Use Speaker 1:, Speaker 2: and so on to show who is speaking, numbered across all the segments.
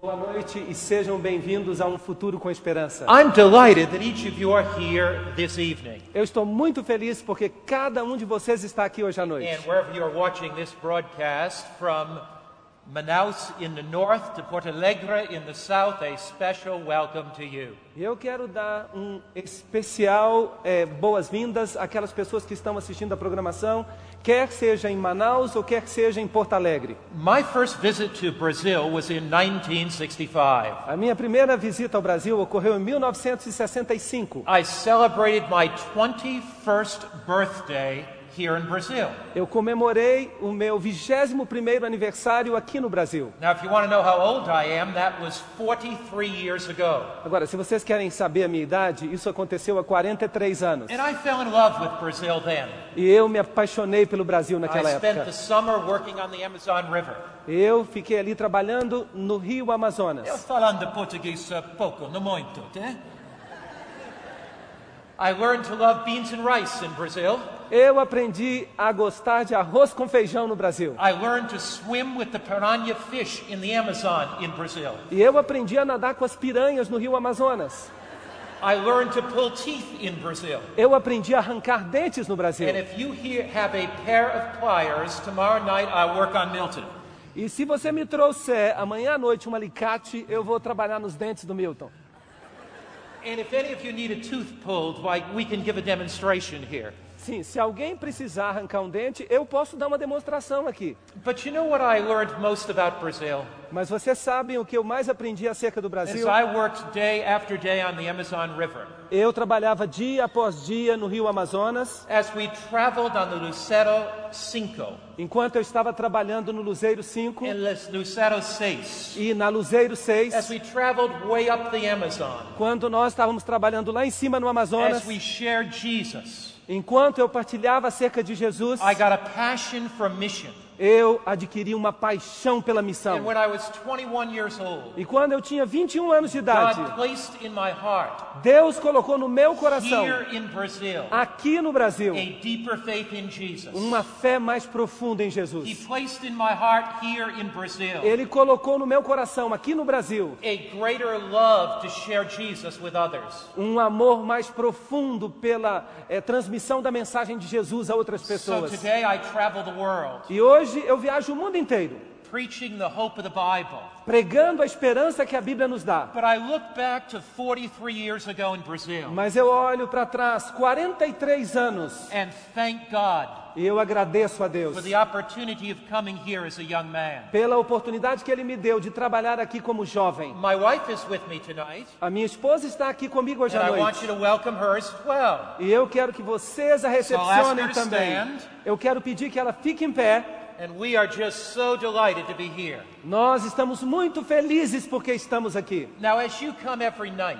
Speaker 1: Boa noite e sejam bem-vindos a Um Futuro com Esperança.
Speaker 2: I'm delighted that each of you are here this evening.
Speaker 1: Eu estou muito feliz porque cada um de vocês está aqui hoje à
Speaker 2: And
Speaker 1: noite.
Speaker 2: wherever you are watching this broadcast, from Manaus in the north to Porto Alegre in the south, a special welcome to you.
Speaker 1: E eu quero dar um especial eh, boas-vindas àquelas pessoas que estão assistindo a programação, quer seja em Manaus ou quer seja em Porto Alegre.
Speaker 2: My first visit to Brazil was in 1965.
Speaker 1: A minha primeira visita ao Brasil ocorreu em 1965.
Speaker 2: I celebrated my 21st birthday here in Brazil.
Speaker 1: Eu comemorei o meu 21º aniversário aqui no Brasil.
Speaker 2: Now, if you want to know how old I am, that was 43 years ago.
Speaker 1: Agora, se vocês querem saber a minha idade, isso aconteceu há 43 anos.
Speaker 2: And I fell in love with Brazil then.
Speaker 1: E eu me apaixonei pelo Brasil naquela
Speaker 2: I spent
Speaker 1: época.
Speaker 2: the summer working on the Amazon River.
Speaker 1: Eu fiquei ali trabalhando no Rio
Speaker 2: Eu
Speaker 1: Amazonas.
Speaker 2: falando português eh, pouco, não muito, né? I learned to love beans and rice in Brazil.
Speaker 1: Eu aprendi a gostar de arroz com feijão no Brasil.
Speaker 2: I learned to swim with the piranha fish in the Amazon in Brazil.
Speaker 1: E eu aprendi a nadar com as piranhas no Rio Amazonas.
Speaker 2: I learned to pull teeth in Brazil.
Speaker 1: Eu aprendi a arrancar dentes no Brasil.
Speaker 2: And if you here have a pair of pliers, tomorrow night I work on Milton.
Speaker 1: E se você me trouxer amanhã à noite um alicate, eu vou trabalhar nos dentes do Milton.
Speaker 2: And if any of you need a tooth pulled, why, we can give a demonstration here.
Speaker 1: Sim, se alguém precisar arrancar um dente, eu posso dar uma demonstração aqui.
Speaker 2: But you know what I learned most about Brazil?
Speaker 1: Mas vocês sabem o que eu mais aprendi acerca do
Speaker 2: As
Speaker 1: Brasil?
Speaker 2: I worked day after day on the Amazon River,
Speaker 1: Eu trabalhava dia após dia no Rio Amazonas,
Speaker 2: as we traveled on the Lucero Cinco
Speaker 1: enquanto eu estava trabalhando no Luzeiro 5
Speaker 2: and Les Lucero Seis,
Speaker 1: e na Luzeiro
Speaker 2: as
Speaker 1: 6,
Speaker 2: we traveled way up the Amazon,
Speaker 1: quando nós estávamos trabalhando lá em cima no Amazonas,
Speaker 2: as we shared Jesus,
Speaker 1: enquanto eu partilhava acerca de Jesus,
Speaker 2: I got a passion for mission.
Speaker 1: eu adquiri uma paixão pela
Speaker 2: And
Speaker 1: missão.
Speaker 2: when I was 21 years old,
Speaker 1: E quando eu tinha 21 anos de idade,
Speaker 2: God placed in my heart,
Speaker 1: Deus colocou no meu coração,
Speaker 2: here in Brazil,
Speaker 1: aqui no Brasil,
Speaker 2: a deeper faith in Jesus.
Speaker 1: uma fé mais profunda em
Speaker 2: He
Speaker 1: Jesus.
Speaker 2: placed in my heart, here in Brazil,
Speaker 1: Ele colocou no meu coração, aqui no Brasil,
Speaker 2: a greater love to share Jesus with others.
Speaker 1: um amor mais profundo pela eh, transmissão da mensagem de Jesus a outras
Speaker 2: So
Speaker 1: pessoas.
Speaker 2: today I travel the world
Speaker 1: E hoje eu viajo o mundo inteiro
Speaker 2: preaching the hope of the Bible.
Speaker 1: pregando a esperança que a Bíblia nos dá.
Speaker 2: But I look back to 43 years ago in Brazil
Speaker 1: Mas eu olho para trás, 43 anos,
Speaker 2: and thank God
Speaker 1: e eu agradeço a Deus
Speaker 2: for the opportunity of coming here as a young man.
Speaker 1: pela oportunidade que Ele me deu de trabalhar aqui como jovem.
Speaker 2: My wife is with me tonight,
Speaker 1: A minha esposa está aqui comigo hoje
Speaker 2: and
Speaker 1: à
Speaker 2: I want
Speaker 1: noite.
Speaker 2: you to welcome her as well.
Speaker 1: E eu quero que vocês a recepcionem
Speaker 2: So I'll ask her to
Speaker 1: também.
Speaker 2: stand.
Speaker 1: Eu quero pedir que ela fique em pé.
Speaker 2: And we are just so delighted to be here.
Speaker 1: Nós estamos muito felizes porque estamos aqui.
Speaker 2: Now, as you come every night,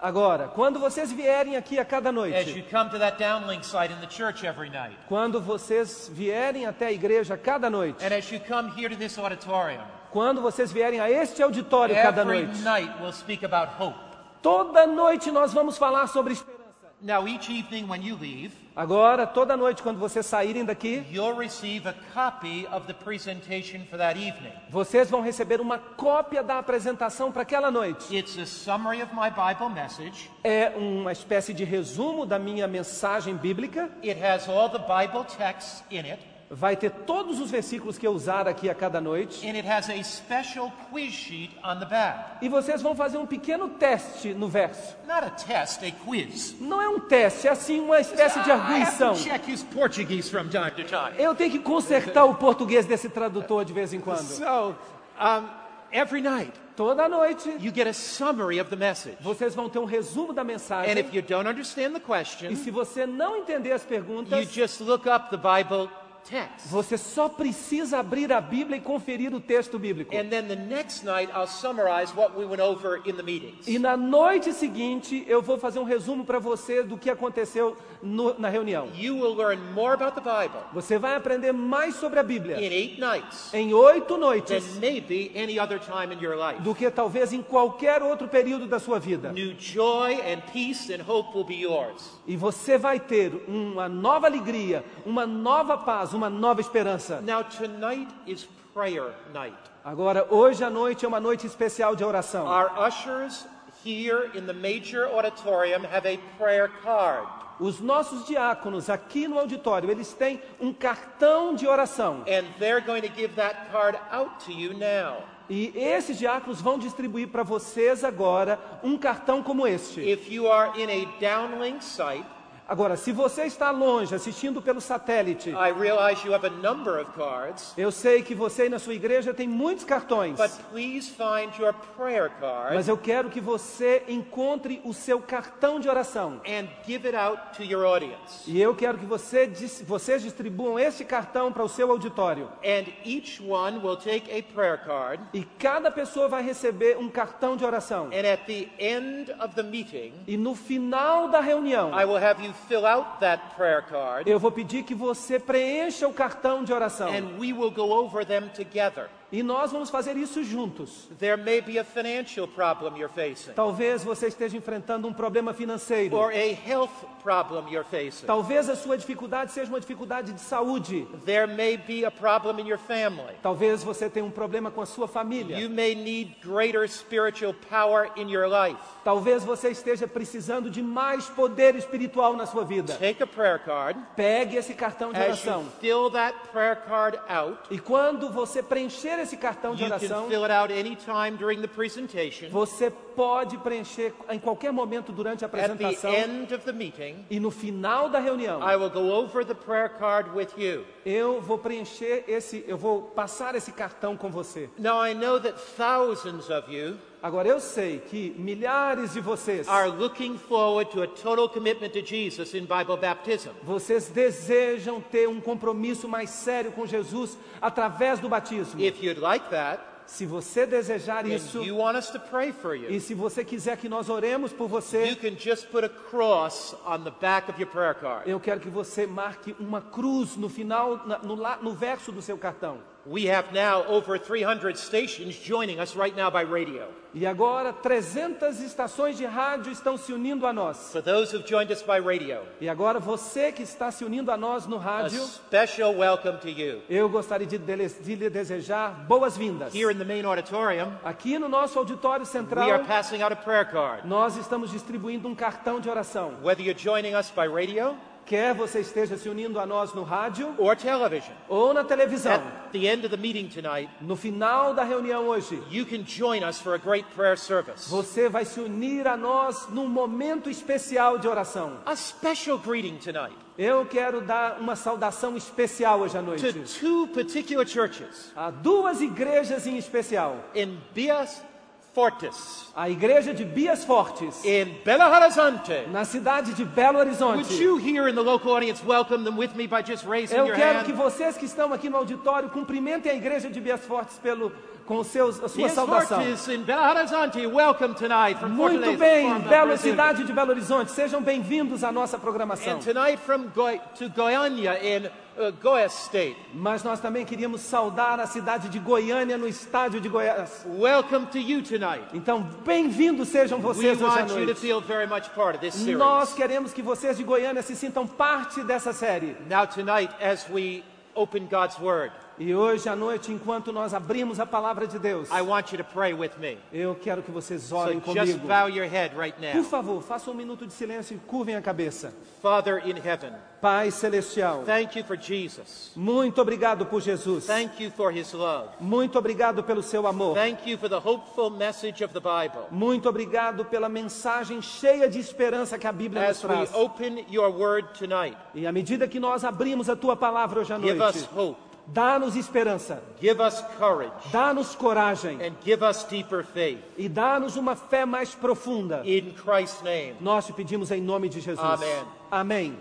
Speaker 1: Agora, quando vocês vierem aqui a cada
Speaker 2: as you
Speaker 1: noite,
Speaker 2: come to that downlink site in the church every night,
Speaker 1: quando vocês vierem até a igreja a cada noite,
Speaker 2: and as you come here to this auditorium,
Speaker 1: quando vocês vierem a este auditório cada
Speaker 2: every
Speaker 1: noite,
Speaker 2: night we'll speak about hope.
Speaker 1: toda noite nós vamos falar sobre esperança.
Speaker 2: Now, each evening when you leave,
Speaker 1: Agora, toda noite quando vocês saírem daqui,
Speaker 2: you'll receive a copy of the presentation for that evening.
Speaker 1: vocês vão receber uma cópia da apresentação para aquela noite.
Speaker 2: It's a summary of my Bible message.
Speaker 1: É uma espécie de resumo da minha mensagem bíblica.
Speaker 2: It has all the Bible texts in it,
Speaker 1: Vai ter todos os versículos que eu usar aqui a cada noite.
Speaker 2: and it has a special quiz sheet on the back.
Speaker 1: E vocês vão fazer um pequeno teste no verso.
Speaker 2: Not a test, a quiz.
Speaker 1: Não é um teste, é assim uma espécie de
Speaker 2: I
Speaker 1: arguição.
Speaker 2: have to check his Portuguese from time to time.
Speaker 1: Eu tenho que consertar o português desse tradutor de vez em quando.
Speaker 2: So, um, every night
Speaker 1: Toda noite
Speaker 2: you get a summary of the message,
Speaker 1: vocês vão ter um resumo da
Speaker 2: and if
Speaker 1: mensagem.
Speaker 2: you don't understand the
Speaker 1: E
Speaker 2: question,
Speaker 1: se você não entender as
Speaker 2: you
Speaker 1: perguntas,
Speaker 2: just look up the Bible text.
Speaker 1: você só precisa abrir a Bíblia e conferir o texto bíblico.
Speaker 2: And then the next night, I'll summarize what we went over in the meetings.
Speaker 1: E na noite seguinte, eu vou fazer um resumo para você do que aconteceu no- na reunião.
Speaker 2: You will learn more about the Bible
Speaker 1: Você vai aprender mais sobre a Bíblia
Speaker 2: in eight nights
Speaker 1: em oito
Speaker 2: than
Speaker 1: noites
Speaker 2: maybe any other time in your life.
Speaker 1: do que talvez em qualquer outro período da sua vida.
Speaker 2: New joy and peace and hope will be yours.
Speaker 1: E você vai ter uma nova alegria, uma nova paz, uma nova esperança.
Speaker 2: Now, tonight is prayer night.
Speaker 1: Agora, hoje à noite é uma noite especial de oração.
Speaker 2: Our ushers here in the major auditorium have a prayer card.
Speaker 1: Os nossos diáconos aqui no auditório, eles têm um cartão de oração.
Speaker 2: And they're going to give that card out to you now.
Speaker 1: E esses diáconos vão distribuir para vocês agora um cartão como este.
Speaker 2: If you are in a downlink site,
Speaker 1: Agora, se você está longe, assistindo pelo satélite,
Speaker 2: I realize you have a number of cards,
Speaker 1: eu sei que você e na sua igreja tem muitos cartões,
Speaker 2: but please find your prayer card
Speaker 1: mas eu quero que você encontre o seu cartão de oração.
Speaker 2: and give it out to your audience.
Speaker 1: E eu quero que você dis- vocês distribuam este cartão para o seu auditório.
Speaker 2: And each one will take a prayer card,
Speaker 1: E cada pessoa vai receber um cartão de oração.
Speaker 2: and at the end of the meeting,
Speaker 1: E no final da reunião,
Speaker 2: I will have you fill out that prayer card,
Speaker 1: eu vou pedir que você preencha o cartão de oração.
Speaker 2: and we will go over them together.
Speaker 1: E nós vamos fazer isso juntos.
Speaker 2: There may be a financial problem you're facing,
Speaker 1: Talvez você esteja enfrentando um problema financeiro.
Speaker 2: or a health problem you're facing.
Speaker 1: Talvez a sua dificuldade seja uma dificuldade de saúde.
Speaker 2: There may be a problem in your family.
Speaker 1: Talvez você tenha um problema com a sua
Speaker 2: You
Speaker 1: família.
Speaker 2: may need greater spiritual power in your life.
Speaker 1: Talvez você esteja precisando de mais poder espiritual na sua vida.
Speaker 2: Take a prayer card.
Speaker 1: Pegue esse cartão de
Speaker 2: As you
Speaker 1: oração.
Speaker 2: fill that prayer card out,
Speaker 1: E quando você preencher esse cartão de
Speaker 2: you
Speaker 1: oração,
Speaker 2: can fill it out any time during the presentation.
Speaker 1: você pode preencher em qualquer momento durante a
Speaker 2: At the
Speaker 1: apresentação.
Speaker 2: end of the meeting,
Speaker 1: E no final da reunião,
Speaker 2: I will go over the prayer card with you.
Speaker 1: eu vou preencher esse, eu vou passar esse cartão com você.
Speaker 2: Now, I know that thousands of you
Speaker 1: Agora eu sei que milhares de vocês,
Speaker 2: are looking forward to a total commitment to Jesus in Bible baptism.
Speaker 1: vocês desejam ter um compromisso mais sério com Jesus através do batismo.
Speaker 2: If you'd like that,
Speaker 1: Se você desejar
Speaker 2: and
Speaker 1: isso
Speaker 2: you want us to pray for you,
Speaker 1: e se você quiser que nós oremos por
Speaker 2: you
Speaker 1: você,
Speaker 2: can just put a cross on the back of your prayer card.
Speaker 1: eu quero que você marque uma cruz no final, na- no, la- no verso do seu cartão.
Speaker 2: We have now over 300 stations joining us right now by radio.
Speaker 1: E agora 300 estações de rádio estão se unindo a nós.
Speaker 2: For those who've joined us by radio,
Speaker 1: E agora você que está se unindo a nós no
Speaker 2: a
Speaker 1: rádio,
Speaker 2: special welcome to you.
Speaker 1: eu gostaria de, dele- de lhe desejar boas-vindas.
Speaker 2: Here in the main auditorium,
Speaker 1: Aqui no nosso auditório
Speaker 2: we are
Speaker 1: central,
Speaker 2: passing out a prayer card.
Speaker 1: nós estamos distribuindo um cartão de oração.
Speaker 2: Whether you're joining us by radio
Speaker 1: Quer você esteja se unindo a nós no rádio
Speaker 2: or television,
Speaker 1: ou na televisão,
Speaker 2: at the end of the meeting tonight,
Speaker 1: no final da reunião hoje,
Speaker 2: you can join us for a great prayer service.
Speaker 1: Você vai se unir a nós num momento especial de oração.
Speaker 2: A special greeting tonight
Speaker 1: Eu quero dar uma saudação especial hoje à
Speaker 2: to
Speaker 1: noite
Speaker 2: two particular churches
Speaker 1: a duas igrejas em especial:
Speaker 2: in Bias Fortis,
Speaker 1: a igreja de Bias Fortes,
Speaker 2: in Belo Horizonte.
Speaker 1: na cidade de Belo
Speaker 2: Would
Speaker 1: Horizonte.
Speaker 2: you here in the local audience welcome them with me by just raising
Speaker 1: Eu
Speaker 2: your
Speaker 1: quero que
Speaker 2: hand?
Speaker 1: vocês que estão aqui no auditório cumprimentem a igreja de Bias Fortes pelo, com seus, a sua
Speaker 2: Bias
Speaker 1: saudação.
Speaker 2: Fortis in Belo Horizonte, welcome tonight from
Speaker 1: Muito
Speaker 2: Fortaleza,
Speaker 1: bem,
Speaker 2: from
Speaker 1: bela
Speaker 2: Brazil.
Speaker 1: cidade de Belo Horizonte, sejam bem-vindos à nossa programação.
Speaker 2: And tonight from Goy- to Goiânia in uh, Goiás State.
Speaker 1: Mas nós também queríamos saudar a cidade de Goiânia no estádio de Goiás.
Speaker 2: Welcome to you tonight.
Speaker 1: Então, bem-vindos sejam
Speaker 2: We
Speaker 1: vocês hoje à
Speaker 2: want you to
Speaker 1: noite.
Speaker 2: feel very much part of this series.
Speaker 1: Nós queremos que vocês de Goiânia se sintam parte dessa série.
Speaker 2: Now tonight, as we open God's Word,
Speaker 1: E hoje à noite, enquanto nós abrimos a palavra de Deus,
Speaker 2: I want you to pray with me.
Speaker 1: eu quero que vocês
Speaker 2: So
Speaker 1: orem
Speaker 2: just
Speaker 1: comigo.
Speaker 2: bow your head right
Speaker 1: Por
Speaker 2: now.
Speaker 1: favor, façam um minuto de silêncio e curvem a cabeça.
Speaker 2: Father in heaven,
Speaker 1: Pai Celestial,
Speaker 2: thank you for Jesus.
Speaker 1: muito obrigado por Jesus.
Speaker 2: Thank you for his love.
Speaker 1: Muito obrigado pelo seu amor.
Speaker 2: Thank you for the hopeful message of the Bible.
Speaker 1: Muito obrigado pela mensagem cheia de esperança que a Bíblia nos
Speaker 2: As we
Speaker 1: traz.
Speaker 2: open your word tonight,
Speaker 1: E à medida que nós abrimos a tua palavra hoje à
Speaker 2: give us
Speaker 1: noite,
Speaker 2: hope,
Speaker 1: dá-nos esperança,
Speaker 2: give us courage,
Speaker 1: dá-nos coragem.
Speaker 2: and give us deeper faith.
Speaker 1: e dá-nos uma fé mais profunda.
Speaker 2: In Christ's name.
Speaker 1: Nós te pedimos em nome de Jesus.
Speaker 2: Amém.
Speaker 1: Amém.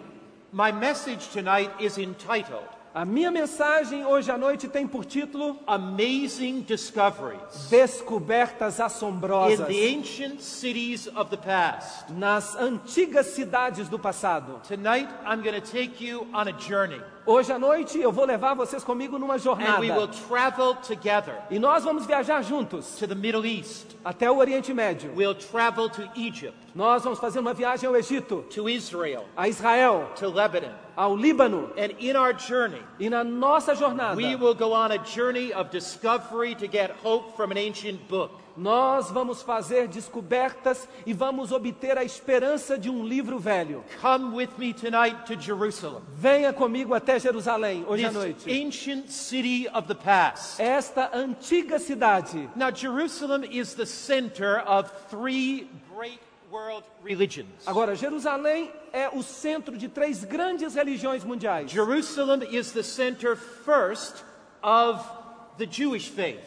Speaker 2: My message tonight is entitled
Speaker 1: A minha mensagem hoje à noite tem por título
Speaker 2: Amazing Discoveries
Speaker 1: Descobertas
Speaker 2: in
Speaker 1: Assombrosas
Speaker 2: the Ancient Cities of the Past.
Speaker 1: nas Antigas Cidades do Passado.
Speaker 2: Tonight, I'm going to take you on a journey.
Speaker 1: Hoje à noite eu vou levar vocês comigo numa
Speaker 2: and
Speaker 1: jornada.
Speaker 2: we will travel together
Speaker 1: E nós vamos viajar juntos
Speaker 2: to the Middle East.
Speaker 1: até o Oriente Médio.
Speaker 2: We'll travel to Egypt,
Speaker 1: Nós vamos fazer uma viagem ao Egito,
Speaker 2: to Israel,
Speaker 1: a Israel,
Speaker 2: to Lebanon.
Speaker 1: ao Líbano.
Speaker 2: And in our journey,
Speaker 1: E na nossa jornada,
Speaker 2: we will go on a journey of discovery to get hope from an ancient book.
Speaker 1: nós vamos fazer descobertas e vamos obter a esperança de um livro velho.
Speaker 2: Come with me tonight to Jerusalem,
Speaker 1: Venha comigo até Jerusalém hoje à
Speaker 2: this
Speaker 1: noite.
Speaker 2: ancient city of the past.
Speaker 1: Esta antiga cidade.
Speaker 2: Now, Jerusalem is the center of three great world religions.
Speaker 1: Agora, Jerusalém é o centro de três grandes religiões mundiais.
Speaker 2: Jerusalem is the center first of the Jewish faith.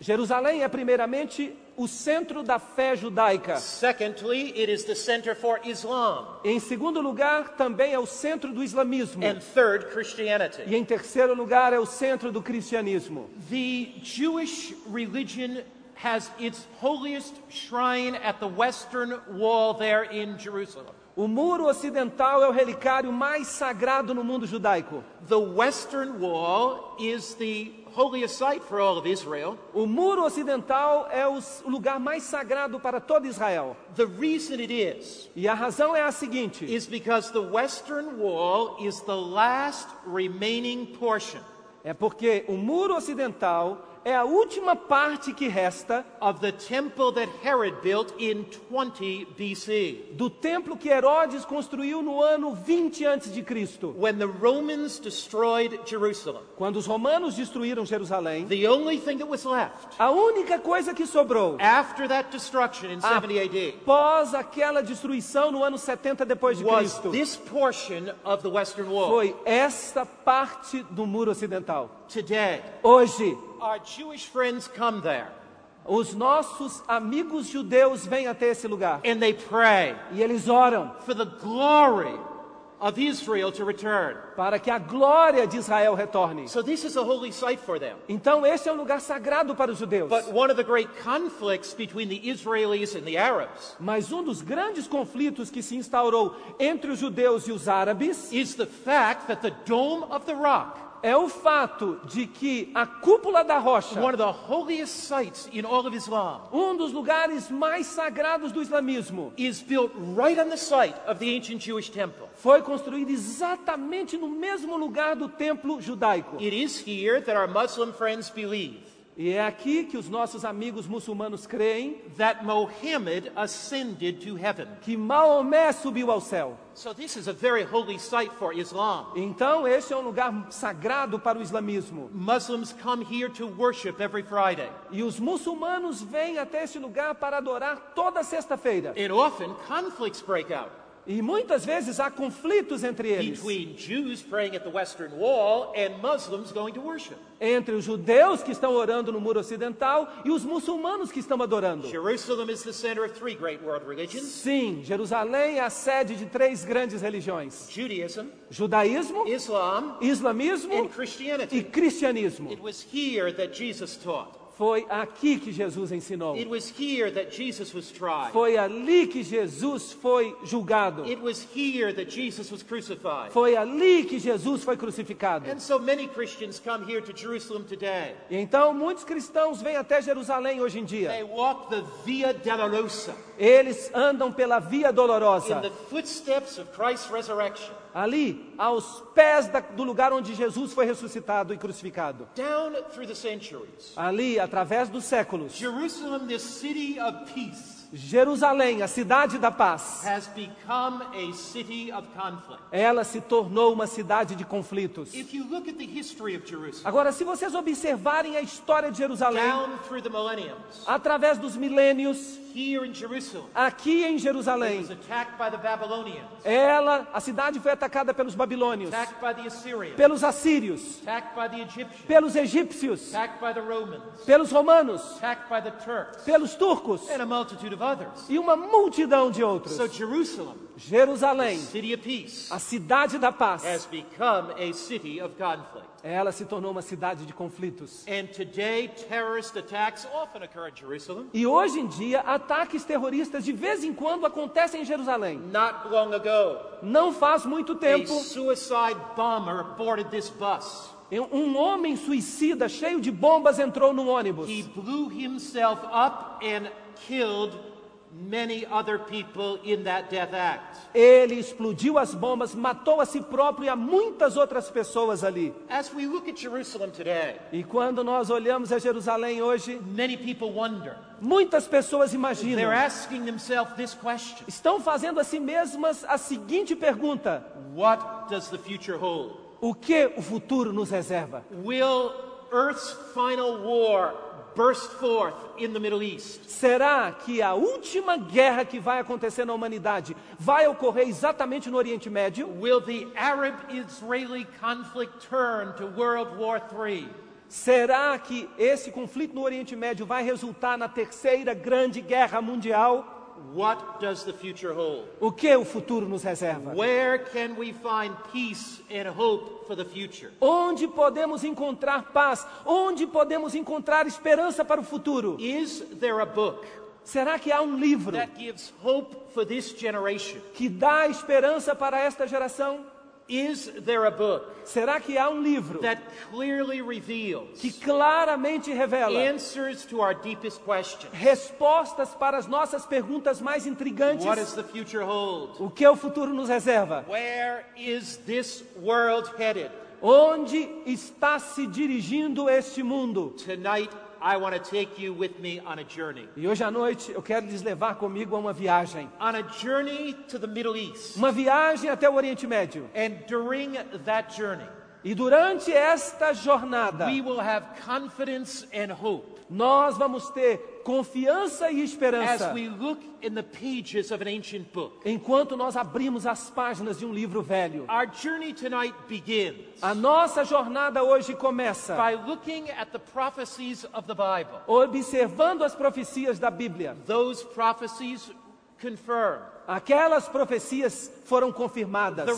Speaker 1: Jerusalém é primeiramente o centro da fé judaica.
Speaker 2: Secondly, it is the center for Islam.
Speaker 1: Em segundo lugar, também é o centro do islamismo.
Speaker 2: And third,
Speaker 1: E
Speaker 2: Christianity.
Speaker 1: em terceiro lugar, é o centro do cristianismo.
Speaker 2: The Jewish religion has its holiest shrine at the western wall there in Jerusalem.
Speaker 1: O muro ocidental é o relicário mais sagrado no mundo judaico.
Speaker 2: The western wall is the holiest site for all of Israel.
Speaker 1: O muro ocidental é o s- o lugar mais sagrado para todo Israel.
Speaker 2: The reason it is,
Speaker 1: E a razão é a seguinte:
Speaker 2: is because the western wall is the last remaining portion
Speaker 1: é porque o muro ocidental é a última parte que resta
Speaker 2: of the temple that Herod built in 20 BC.
Speaker 1: do templo que Herodes construiu no ano 20 antes de Cristo.
Speaker 2: When the Romans destroyed Jerusalem,
Speaker 1: Quando os romanos destruíram Jerusalém,
Speaker 2: the only thing that was left
Speaker 1: a única coisa que sobrou
Speaker 2: after that destruction in 70
Speaker 1: após aquela destruição no ano 70 depois
Speaker 2: AD
Speaker 1: de
Speaker 2: was
Speaker 1: Cristo
Speaker 2: this portion of the Western Wall.
Speaker 1: foi esta parte do muro ocidental.
Speaker 2: Today,
Speaker 1: Hoje,
Speaker 2: our Jewish friends come there
Speaker 1: os nossos amigos judeus vêm até esse lugar
Speaker 2: and they pray
Speaker 1: e eles oram
Speaker 2: for the glory of Israel to return.
Speaker 1: para que a glória de Israel retorne.
Speaker 2: So, this is a holy site for them.
Speaker 1: Então, este é um lugar sagrado para os judeus.
Speaker 2: But one of the great conflicts between the Israelis and the Arabs
Speaker 1: Mas um dos grandes conflitos que se instaurou entre os judeus e os árabes
Speaker 2: is the fact that the Dome of the Rock,
Speaker 1: é o fato de que a cúpula da rocha,
Speaker 2: one of the holiest sites in all of Islam,
Speaker 1: um dos lugares mais sagrados do islamismo,
Speaker 2: is built right on the site of the ancient Jewish temple.
Speaker 1: foi construída exatamente no mesmo lugar do templo judaico.
Speaker 2: It is here that our Muslim friends believe
Speaker 1: E é aqui que os nossos amigos muçulmanos creem
Speaker 2: that Mohammed ascended to heaven.
Speaker 1: que Maomé subiu ao céu.
Speaker 2: So this is a very holy site for Islam.
Speaker 1: Então, este é um lugar sagrado para o islamismo.
Speaker 2: Muslims come here to worship every Friday
Speaker 1: E os muçulmanos vêm até este lugar para adorar toda sexta-feira.
Speaker 2: and often conflicts break out
Speaker 1: E muitas vezes há conflitos entre eles,
Speaker 2: between Jews praying at the Western Wall and Muslims going to worship.
Speaker 1: entre os judeus que estão orando no muro ocidental e os muçulmanos que estão adorando.
Speaker 2: Jerusalem is the center of three great world religions.
Speaker 1: Sim, Jerusalém é a sede de três grandes religiões:
Speaker 2: Judaism,
Speaker 1: judaísmo,
Speaker 2: Islam,
Speaker 1: islamismo
Speaker 2: and
Speaker 1: e
Speaker 2: Christianity.
Speaker 1: cristianismo.
Speaker 2: It was here that Jesus taught.
Speaker 1: Foi aqui que Jesus ensinou.
Speaker 2: It was here that Jesus was tried.
Speaker 1: Foi ali que Jesus foi julgado.
Speaker 2: It was here that Jesus was crucified.
Speaker 1: Foi ali que Jesus foi crucificado.
Speaker 2: And so many Christians come here to Jerusalem today.
Speaker 1: E Então, muitos cristãos vêm até Jerusalém hoje em dia.
Speaker 2: They walk the Via Dolorosa
Speaker 1: Eles andam pela Via
Speaker 2: in
Speaker 1: Dolorosa.
Speaker 2: the footsteps of Christ's resurrection,
Speaker 1: ali, aos pés da- do lugar onde Jesus foi ressuscitado e crucificado.
Speaker 2: down through the centuries.
Speaker 1: Ali, através dos séculos,
Speaker 2: Jerusalem, this city of peace,
Speaker 1: Jerusalém, a cidade da paz,
Speaker 2: has become a city of conflict.
Speaker 1: ela se tornou uma cidade de conflitos.
Speaker 2: If you look at the history of Jerusalem,
Speaker 1: Agora, se vocês observarem a história de Jerusalém,
Speaker 2: down through the millenniums,
Speaker 1: através dos milênios,
Speaker 2: here in Jerusalem,
Speaker 1: aqui em
Speaker 2: it
Speaker 1: Jerusalém,
Speaker 2: was attacked by the Babylonians,
Speaker 1: ela, a cidade foi atacada pelos babilônios,
Speaker 2: attacked by the Assyrians,
Speaker 1: pelos assírios,
Speaker 2: attacked by the Egyptians,
Speaker 1: pelos egípcios,
Speaker 2: attacked by the Romans,
Speaker 1: pelos romanos,
Speaker 2: attacked by the Turks,
Speaker 1: pelos turcos
Speaker 2: and a multitude of of others.
Speaker 1: e uma multidão de outros.
Speaker 2: So Jerusalem,
Speaker 1: Jerusalém,
Speaker 2: city of peace,
Speaker 1: a cidade da
Speaker 2: has
Speaker 1: paz,
Speaker 2: become a city of conflict.
Speaker 1: ela se tornou uma cidade de conflitos.
Speaker 2: And today, terrorist attacks often occur in Jerusalem.
Speaker 1: E hoje em dia, ataques terroristas de vez em quando acontecem em Jerusalém.
Speaker 2: Not long ago,
Speaker 1: Não faz muito
Speaker 2: a
Speaker 1: tempo,
Speaker 2: suicide bomber aborted this bus.
Speaker 1: um homem suicida cheio de bombas entrou num ônibus.
Speaker 2: He blew himself up and killed many other people in that death act.
Speaker 1: Ele explodiu as bombas, matou a si próprio e a muitas outras pessoas ali.
Speaker 2: As we look at Jerusalem today,
Speaker 1: E quando nós olhamos a Jerusalém hoje,
Speaker 2: many people wonder.
Speaker 1: muitas pessoas
Speaker 2: They're
Speaker 1: imaginam,
Speaker 2: asking themselves this question
Speaker 1: estão fazendo a si mesmas a seguinte pergunta:
Speaker 2: What does the future hold?
Speaker 1: O que o futuro nos reserva?
Speaker 2: Will Earth's final war burst forth in the Middle East?
Speaker 1: Será que a última guerra que vai acontecer na humanidade vai ocorrer exatamente no Oriente Médio?
Speaker 2: Will the Arab Israeli conflict turn to World War III?
Speaker 1: Será que esse conflito no Oriente Médio vai resultar na terceira grande guerra mundial?
Speaker 2: What does the future hold?
Speaker 1: O que o futuro nos reserva?
Speaker 2: Where can we find peace and hope for the future?
Speaker 1: Onde podemos encontrar paz? Onde podemos encontrar esperança para o futuro?
Speaker 2: Is there a book
Speaker 1: Será que há um livro
Speaker 2: that gives hope for this generation?
Speaker 1: que dá esperança para esta geração?
Speaker 2: Is there a book
Speaker 1: Será que há um livro
Speaker 2: that clearly reveals
Speaker 1: que claramente revela
Speaker 2: answers to our deepest questions?
Speaker 1: respostas para as nossas perguntas mais
Speaker 2: What does
Speaker 1: intrigantes?
Speaker 2: the future hold?
Speaker 1: O que o futuro nos reserva?
Speaker 2: Where is this world headed?
Speaker 1: Onde está se dirigindo este mundo?
Speaker 2: Tonight, I want to take you with me on a journey.
Speaker 1: E hoje à noite eu quero lhes levar comigo a uma viagem.
Speaker 2: on a journey to the Middle East.
Speaker 1: Uma viagem até o Oriente Médio.
Speaker 2: And during that journey,
Speaker 1: E durante esta jornada,
Speaker 2: we will have confidence and hope
Speaker 1: Nós vamos ter confiança e esperança
Speaker 2: as we look in the pages of an ancient book.
Speaker 1: enquanto nós abrimos as páginas de um livro velho.
Speaker 2: Our journey tonight begins
Speaker 1: A nossa jornada hoje começa
Speaker 2: by looking at the prophecies of the Bible.
Speaker 1: observando as profecias da Bíblia.
Speaker 2: Those prophecies confirm
Speaker 1: Aquelas profecias foram confirmadas
Speaker 2: the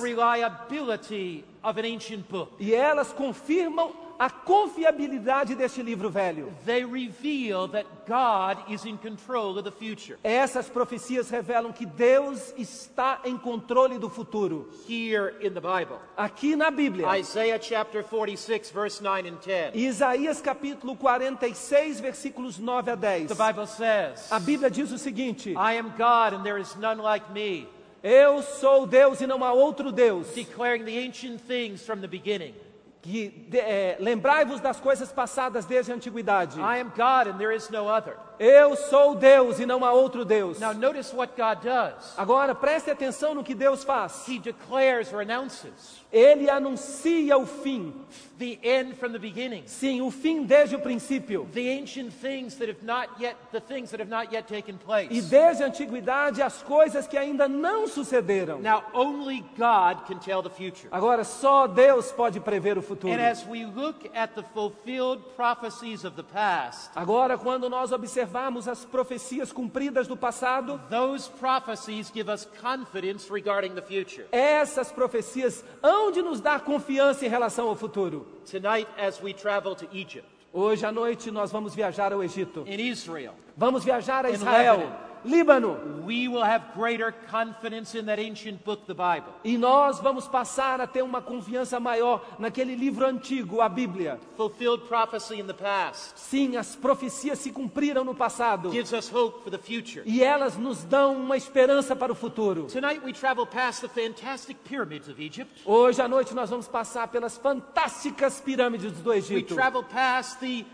Speaker 2: reliability of an ancient book.
Speaker 1: e elas confirmam a confiabilidade deste livro velho.
Speaker 2: They reveal that God is in control of the future.
Speaker 1: Essas profecias revelam que Deus está em controle do futuro.
Speaker 2: Here in the Bible,
Speaker 1: Aqui na Bíblia,
Speaker 2: Isaiah chapter 46, verse 9 and 10.
Speaker 1: Isaías capítulo 46, versículos 9 a 10.
Speaker 2: The Bible says,
Speaker 1: A Bíblia diz o seguinte:
Speaker 2: I am God and there is none like me,
Speaker 1: Eu sou Deus e não há outro Deus.
Speaker 2: declaring the ancient things from the beginning.
Speaker 1: Que de- é, lembrai-vos das coisas passadas desde a antiguidade.
Speaker 2: I am God and there is no other.
Speaker 1: Eu sou Deus e não há outro Deus.
Speaker 2: Now, notice what God does.
Speaker 1: Agora preste atenção no que Deus faz.
Speaker 2: He declares or announces
Speaker 1: Ele anuncia o fim.
Speaker 2: the end from the beginning,
Speaker 1: Sim, o fim desde o princípio.
Speaker 2: the ancient things that have not yet, the things that have not yet taken
Speaker 1: E
Speaker 2: place.
Speaker 1: desde a antiguidade as coisas que ainda não sucederam.
Speaker 2: Now, only God can tell the future.
Speaker 1: Agora só Deus pode prever o futuro.
Speaker 2: And as we look at the fulfilled prophecies of the past,
Speaker 1: Agora, quando nós observarmos as profecias cumpridas do passado,
Speaker 2: those prophecies give us confidence regarding the future.
Speaker 1: Essas profecias hão de nos dar confiança em relação ao futuro.
Speaker 2: Tonight, as we travel to Egypt,
Speaker 1: Hoje à noite nós vamos viajar ao Egito.
Speaker 2: in Israel,
Speaker 1: Vamos viajar a
Speaker 2: Em
Speaker 1: Israel, Líbano.
Speaker 2: we will have greater confidence in that ancient book, the Bible,
Speaker 1: E nós vamos passar a ter uma confiança maior naquele livro antigo, a Bíblia.
Speaker 2: fulfilled prophecy in the past.
Speaker 1: Sim, as profecias se cumpriram no passado.
Speaker 2: Gives us hope for the future.
Speaker 1: E elas nos dão uma esperança para o futuro.
Speaker 2: Tonight we travel past the fantastic pyramids of Egypt.
Speaker 1: Hoje à noite nós vamos passar pelas fantásticas pirâmides do
Speaker 2: We
Speaker 1: Egito.
Speaker 2: travel past the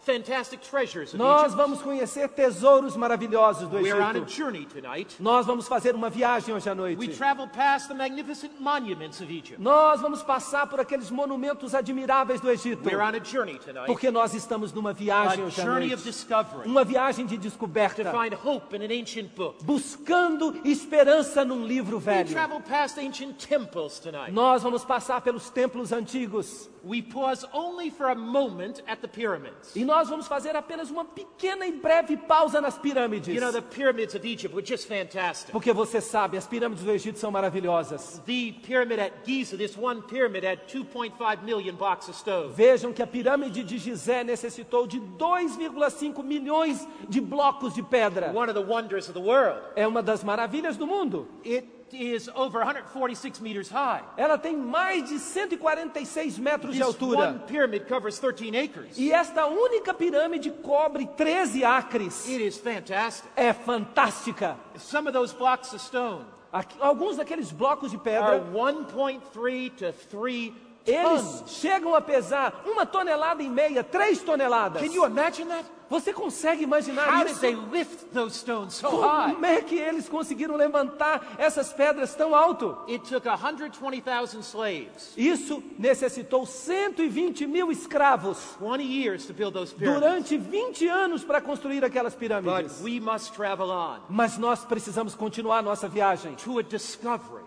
Speaker 2: fantastic treasures of
Speaker 1: Nós
Speaker 2: Egypt.
Speaker 1: vamos conhecer tesouros maravilhosos do
Speaker 2: We're on a
Speaker 1: Egito.
Speaker 2: journey tonight.
Speaker 1: Nós vamos fazer uma viagem hoje à noite.
Speaker 2: We travel past the magnificent monuments of Egypt.
Speaker 1: Nós vamos passar por aqueles monumentos admiráveis do Egito,
Speaker 2: We're on a journey tonight.
Speaker 1: porque nós estamos numa
Speaker 2: A
Speaker 1: viagem hoje à
Speaker 2: journey
Speaker 1: noite,
Speaker 2: of discovery.
Speaker 1: uma viagem de
Speaker 2: To
Speaker 1: descoberta,
Speaker 2: find hope in an ancient book.
Speaker 1: buscando esperança num livro
Speaker 2: We
Speaker 1: velho.
Speaker 2: travel past ancient temples tonight.
Speaker 1: Nós vamos passar pelos templos antigos.
Speaker 2: we pause only for a moment at the pyramids.
Speaker 1: E nós vamos fazer apenas uma pequena e breve pausa nas pirâmides.
Speaker 2: You know, the pyramids of Egypt were just fantastic.
Speaker 1: Porque você sabe, as pirâmides do Egito são maravilhosas.
Speaker 2: The pyramid at Giza, this one pyramid, had 2.5 million blocks of stone.
Speaker 1: Vejam que a pirâmide de Gizé necessitou de 2,5 milhões de blocos de pedra.
Speaker 2: One of the wonders of the world.
Speaker 1: É uma das maravilhas do mundo.
Speaker 2: It is over 146 meters high.
Speaker 1: Ela tem mais de 146 metros de
Speaker 2: This one
Speaker 1: altura.
Speaker 2: pyramid covers 13 acres.
Speaker 1: E esta única pirâmide cobre 13 acres.
Speaker 2: It is fantastic.
Speaker 1: É fantástica.
Speaker 2: Some of those blocks of stone
Speaker 1: Aqui- alguns daqueles blocos de
Speaker 2: are
Speaker 1: pedra,
Speaker 2: 1.3 to 3
Speaker 1: eles
Speaker 2: tons.
Speaker 1: chegam a pesar uma tonelada e meia, três toneladas.
Speaker 2: Can you imagine that?
Speaker 1: Você consegue imaginar
Speaker 2: How did
Speaker 1: isso?
Speaker 2: they lift those stones so high?
Speaker 1: Como é que eles conseguiram levantar essas pedras tão alto?
Speaker 2: It took 120,000 slaves
Speaker 1: Isso necessitou 120 mil escravos
Speaker 2: 20 years to build those pyramids.
Speaker 1: durante 20 anos para construir aquelas
Speaker 2: But
Speaker 1: pirâmides.
Speaker 2: we must travel on
Speaker 1: Mas nós precisamos continuar a nossa viagem
Speaker 2: to a discovery,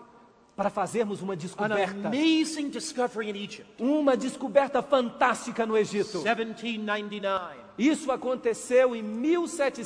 Speaker 1: para fazermos uma
Speaker 2: an
Speaker 1: descoberta.
Speaker 2: amazing discovery in Egypt.
Speaker 1: Uma descoberta fantástica no Egito.
Speaker 2: 1799.
Speaker 1: Isso aconteceu em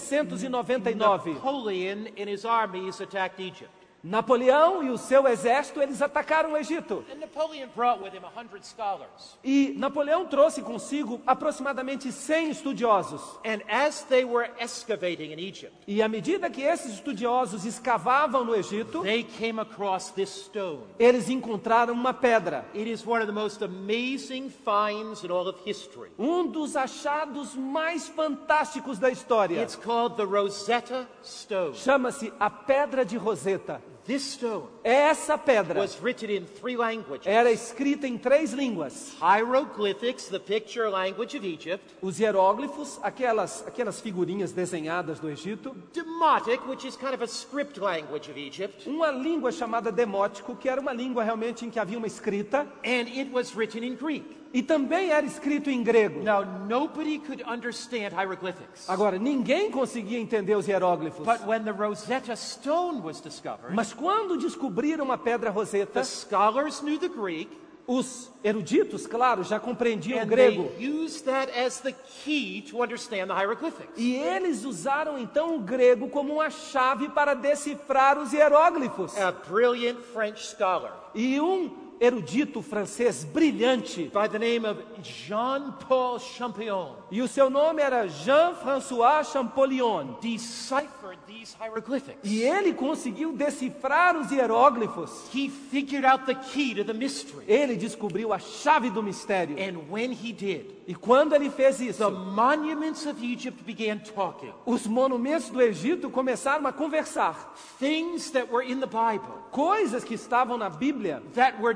Speaker 2: Hum.
Speaker 1: 1799.
Speaker 2: Napoleon and his armies attacked Egypt.
Speaker 1: Napoleão e o seu exército, eles atacaram o Egito.
Speaker 2: And Napoleon brought with him 100 scholars.
Speaker 1: E Napoleão trouxe consigo aproximadamente 100 estudiosos.
Speaker 2: And as they were excavating in Egypt,
Speaker 1: E à medida que esses estudiosos escavavam no Egito,
Speaker 2: they came across this stone.
Speaker 1: eles encontraram uma pedra,
Speaker 2: It is one of the most amazing finds in all of history.
Speaker 1: um dos achados mais fantásticos da história.
Speaker 2: It's called the Rosetta Stone.
Speaker 1: Chama-se a Pedra de Roseta.
Speaker 2: This stone
Speaker 1: Essa pedra
Speaker 2: was written in three languages
Speaker 1: era escrita em três línguas:
Speaker 2: hieroglyphics, the picture language of Egypt,
Speaker 1: os hieróglifos, aquelas aquelas figurinhas desenhadas do Egito,
Speaker 2: Demotic, which is kind of a script language of Egypt,
Speaker 1: uma língua chamada demótico, que era uma língua realmente em que havia uma escrita,
Speaker 2: and it was written in Greek.
Speaker 1: e também era escrito em grego.
Speaker 2: Now, nobody could understand hieroglyphics.
Speaker 1: Agora, ninguém conseguia entender os hieróglifos.
Speaker 2: But when the Rosetta Stone was discovered,
Speaker 1: Mas quando descobriram a pedra roseta,
Speaker 2: the scholars knew the Greek,
Speaker 1: os eruditos, claro, já compreendiam o
Speaker 2: and
Speaker 1: grego.
Speaker 2: they used that as the key to understand the hieroglyphics.
Speaker 1: E eles usaram então o grego como uma chave para decifrar os hieróglifos.
Speaker 2: A brilliant French scholar
Speaker 1: E um erudito francês brilhante,
Speaker 2: by the name of Jean Paul Champollion
Speaker 1: e o seu nome era Jean-François Champollion.
Speaker 2: deciphered these hieroglyphics.
Speaker 1: E ele conseguiu decifrar os hieróglifos.
Speaker 2: He figured out the key to the mystery.
Speaker 1: Ele descobriu a chave do mistério.
Speaker 2: And when he did,
Speaker 1: E quando ele fez isso,
Speaker 2: É. the monuments of Egypt began talking.
Speaker 1: os monumentos do Egito começaram a conversar.
Speaker 2: Things that were in the Bible
Speaker 1: Coisas que estavam na Bíblia
Speaker 2: that were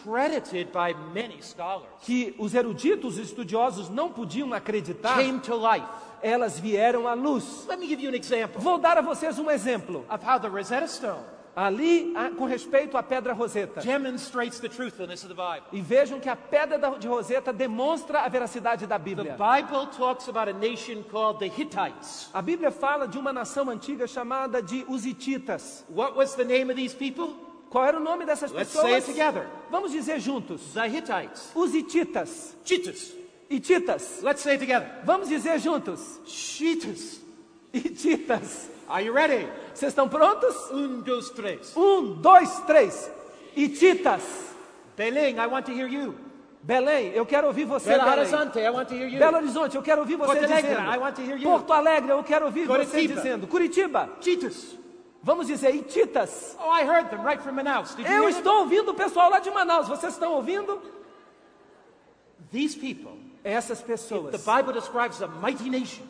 Speaker 2: discredited by many scholars
Speaker 1: que os eruditos os estudiosos não podiam acreditar,
Speaker 2: came to life.
Speaker 1: elas vieram à luz.
Speaker 2: Let me give you an example
Speaker 1: Vou dar a vocês um exemplo.
Speaker 2: of how the Rosetta Stone
Speaker 1: Ali, a- com respeito à pedra roseta.
Speaker 2: demonstrates the truthfulness of the Bible.
Speaker 1: E vejam que a pedra da- de roseta demonstra a veracidade da
Speaker 2: The
Speaker 1: Bíblia.
Speaker 2: Bible talks about a nation called the Hittites.
Speaker 1: A Bíblia fala de uma nação antiga chamada de os hititas.
Speaker 2: What was the name of these people?
Speaker 1: Qual era o nome dessas
Speaker 2: Let's
Speaker 1: pessoas?
Speaker 2: say it together.
Speaker 1: Vamos dizer juntos.
Speaker 2: The Hittites.
Speaker 1: Os hititas.
Speaker 2: Cheetahs.
Speaker 1: Hititas.
Speaker 2: Let's say it together.
Speaker 1: Vamos dizer juntos.
Speaker 2: Cheetahs.
Speaker 1: Hititas.
Speaker 2: Are you ready?
Speaker 1: Vocês estão prontos?
Speaker 2: Un, dos, tres.
Speaker 1: Um, dois, três. Hititas.
Speaker 2: Belém, I want to hear you.
Speaker 1: Belém, eu quero ouvir você.
Speaker 2: Belo
Speaker 1: Belém.
Speaker 2: Horizonte, I want to hear you.
Speaker 1: Belo Horizonte, eu quero ouvir você
Speaker 2: Porto Alegre,
Speaker 1: dizendo.
Speaker 2: I want to hear you.
Speaker 1: Porto Alegre, eu quero ouvir você
Speaker 2: Curitiba.
Speaker 1: dizendo. Curitiba,
Speaker 2: Cheetahs.
Speaker 1: vamos dizer Ititas.
Speaker 2: Oh, I heard them right from Manaus. Did you
Speaker 1: Eu
Speaker 2: hear them?
Speaker 1: estou ouvindo o pessoal lá de Manaus. Vocês estão ouvindo?
Speaker 2: These people,
Speaker 1: Essas
Speaker 2: the
Speaker 1: pessoas.
Speaker 2: Bible describes a mighty nation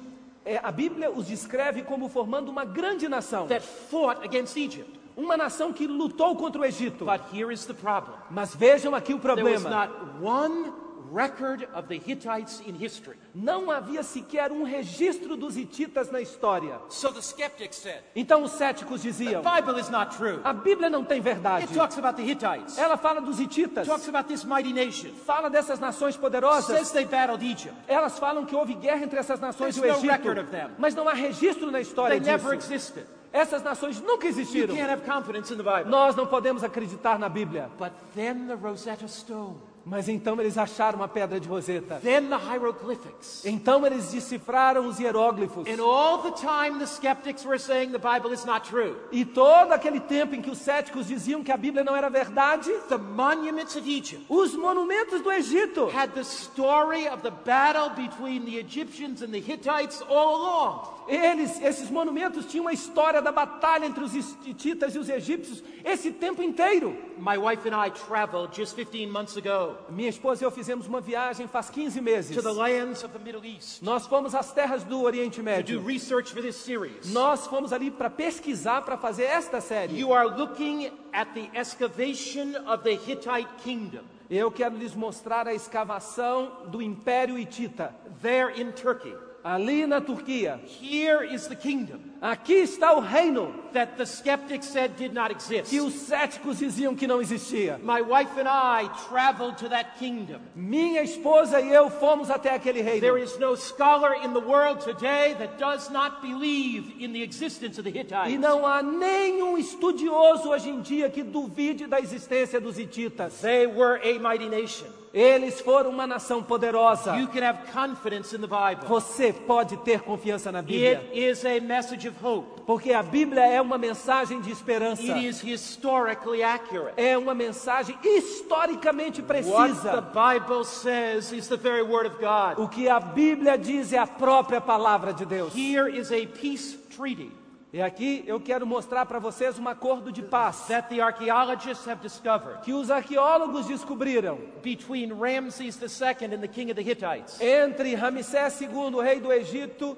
Speaker 1: É, a Bíblia os descreve como formando uma grande nação.
Speaker 2: that fought against Egypt.
Speaker 1: Uma nação que lutou contra o Egito.
Speaker 2: But here is the problem.
Speaker 1: Mas vejam aqui o
Speaker 2: There was
Speaker 1: problema.
Speaker 2: not one record of the Hittites in history.
Speaker 1: Não havia sequer um registro dos Hititas na história.
Speaker 2: So the skeptics said,
Speaker 1: Então os céticos
Speaker 2: the
Speaker 1: diziam:
Speaker 2: Bible is not true.
Speaker 1: a Bíblia não tem verdade.
Speaker 2: It talks about the Hittites. It
Speaker 1: Ela fala dos Hititas.
Speaker 2: talks about this mighty nation.
Speaker 1: fala dessas nações
Speaker 2: It
Speaker 1: poderosas.
Speaker 2: says they battled Egypt.
Speaker 1: Elas falam que houve guerra entre essas nações e o
Speaker 2: There's no
Speaker 1: Egito,
Speaker 2: record of them.
Speaker 1: mas não há registro na história
Speaker 2: They never
Speaker 1: disso.
Speaker 2: existed.
Speaker 1: Essas nações nunca
Speaker 2: You
Speaker 1: existiram.
Speaker 2: can't have confidence in the Bible.
Speaker 1: Nós não podemos acreditar na Bíblia.
Speaker 2: But then the Rosetta Stone
Speaker 1: Mas então eles acharam a pedra de Roseta.
Speaker 2: then the hieroglyphics.
Speaker 1: Então eles decifraram os hieróglifos.
Speaker 2: And all the time the skeptics were saying the Bible is not true.
Speaker 1: E todo aquele tempo em que os céticos diziam que a Bíblia não era verdade,
Speaker 2: The monuments of Egypt
Speaker 1: os monumentos do Egito
Speaker 2: had the story of the battle between the Egyptians and the Hittites all along.
Speaker 1: Eles, esses monumentos tinham a história da batalha entre os hititas e os egípcios esse tempo inteiro.
Speaker 2: My wife and I traveled just 15 months ago
Speaker 1: Minha esposa e eu fizemos uma viagem faz 15 meses.
Speaker 2: to the lands of the Middle East
Speaker 1: Nós fomos às terras do Oriente
Speaker 2: to do
Speaker 1: Médio.
Speaker 2: research for this series.
Speaker 1: Nós fomos ali para pesquisar para fazer esta série.
Speaker 2: You are looking at the excavation of the Hittite kingdom
Speaker 1: Eu quero lhes mostrar a escavação do Império Hitita,
Speaker 2: there in Turkey.
Speaker 1: ali na Turquia.
Speaker 2: Here is the kingdom
Speaker 1: Aqui está o reino
Speaker 2: that the skeptics said did not exist.
Speaker 1: que os céticos diziam que não existia.
Speaker 2: My wife and I traveled to that kingdom.
Speaker 1: Minha esposa e eu fomos até aquele
Speaker 2: There
Speaker 1: reino.
Speaker 2: is no scholar in the world today that does not believe in the existence of the Hittites.
Speaker 1: E não há nenhum estudioso hoje em dia que duvide da existência dos hititas.
Speaker 2: They were a mighty nation.
Speaker 1: Eles foram uma nação poderosa.
Speaker 2: You can have confidence in the Bible.
Speaker 1: Você pode ter confiança na
Speaker 2: It
Speaker 1: Bíblia,
Speaker 2: is a message of hope.
Speaker 1: porque a Bíblia é uma mensagem de esperança.
Speaker 2: It is historically accurate.
Speaker 1: É uma mensagem historicamente
Speaker 2: What the
Speaker 1: precisa.
Speaker 2: Bible says is the very Word of God.
Speaker 1: O que a Bíblia diz é a própria palavra de Deus.
Speaker 2: Here is a peace treaty
Speaker 1: E aqui eu quero mostrar para vocês um acordo de paz
Speaker 2: that the archaeologists have discovered
Speaker 1: que os arqueólogos descobriram
Speaker 2: between Ramses II and the king of the Hittites.
Speaker 1: entre Ramsés II, o rei do Egito,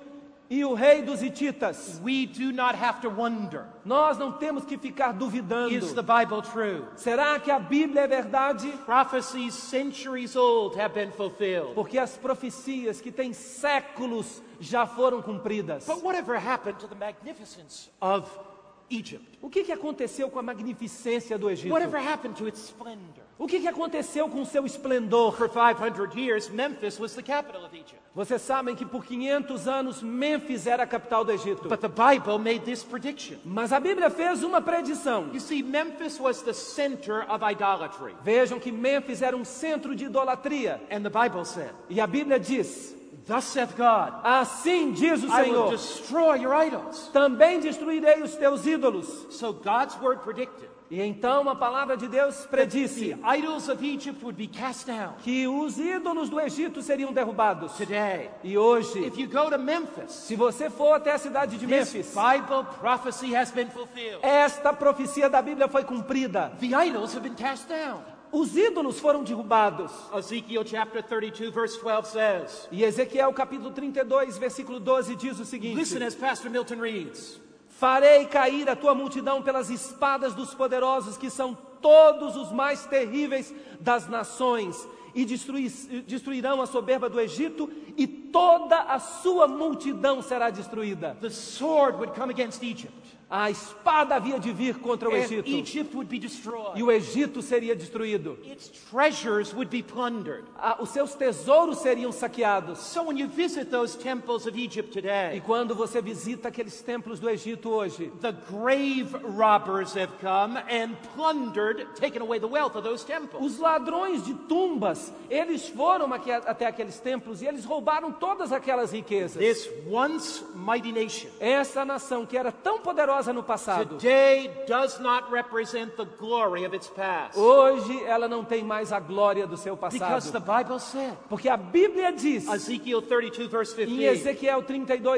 Speaker 1: e o rei dos Hititas.
Speaker 2: We do not have to wonder
Speaker 1: Nós não temos que ficar
Speaker 2: is the
Speaker 1: duvidando.
Speaker 2: Bible true?
Speaker 1: Será que a Bíblia é verdade?
Speaker 2: Prophecies centuries old have been fulfilled.
Speaker 1: Porque as profecias que têm séculos já foram cumpridas.
Speaker 2: But whatever happened to the magnificence of Egypt?
Speaker 1: O que, que aconteceu com a magnificência do Egito?
Speaker 2: Whatever happened to its splendor?
Speaker 1: O que, que aconteceu com o seu esplendor?
Speaker 2: For 500 years, Memphis was the capital of Egypt.
Speaker 1: Vocês sabem que por 500 anos Mênfis era a capital do Egito.
Speaker 2: But the Bible made this prediction.
Speaker 1: Mas a Bíblia fez uma predição.
Speaker 2: You see, Memphis was the center of idolatry.
Speaker 1: Vejam que Mênfis era um centro de idolatria.
Speaker 2: And the Bible said,
Speaker 1: E a Bíblia diz:
Speaker 2: Thus saith God,
Speaker 1: Assim diz o
Speaker 2: I will
Speaker 1: Senhor,
Speaker 2: destroy your idols.
Speaker 1: também destruirei os teus ídolos.
Speaker 2: So God's word predicted
Speaker 1: E então a palavra de Deus
Speaker 2: that
Speaker 1: predisse
Speaker 2: the idols of Egypt would be cast down.
Speaker 1: que os ídolos do Egito seriam derrubados.
Speaker 2: Today,
Speaker 1: E hoje,
Speaker 2: if you go to Memphis,
Speaker 1: se você for até a cidade de
Speaker 2: This
Speaker 1: Mênfis,
Speaker 2: Bible prophecy has been fulfilled.
Speaker 1: esta profecia da Bíblia foi cumprida.
Speaker 2: The idols have been cast down.
Speaker 1: Os ídolos foram derrubados.
Speaker 2: Ezekiel chapter 32, verse 12 says,
Speaker 1: E Ezequiel capítulo 32, versículo 12 diz o
Speaker 2: Listen
Speaker 1: seguinte:
Speaker 2: as Pastor Milton reads
Speaker 1: Farei cair a tua multidão pelas espadas dos poderosos, que são todos os mais terríveis das nações, e destruí- destruirão a soberba do Egito, e toda a sua multidão será destruída.
Speaker 2: The sword would come against Egypt,
Speaker 1: A espada havia de vir contra o
Speaker 2: and
Speaker 1: Egito,
Speaker 2: Egypt would be
Speaker 1: e
Speaker 2: destroyed.
Speaker 1: o Egito seria destruído.
Speaker 2: Its treasures would be plundered.
Speaker 1: Ah, os seus tesouros seriam saqueados.
Speaker 2: So when you visit those temples of Egypt
Speaker 1: E
Speaker 2: today,
Speaker 1: quando você visita aqueles templos do Egito hoje,
Speaker 2: the grave robbers have come and plundered, taken away the wealth of those temples.
Speaker 1: os ladrões de tumbas, eles foram aqui- até aqueles templos e eles roubaram todas aquelas riquezas.
Speaker 2: This once mighty nation
Speaker 1: Essa nação que era tão poderosa no passado,
Speaker 2: today does not represent the glory of its past.
Speaker 1: Oh, hoje ela não tem mais a glória do seu
Speaker 2: Because the
Speaker 1: passado.
Speaker 2: Bible said,
Speaker 1: Porque a Bíblia diz
Speaker 2: Ezekiel 32, verse
Speaker 1: em
Speaker 2: 15,
Speaker 1: Ezequiel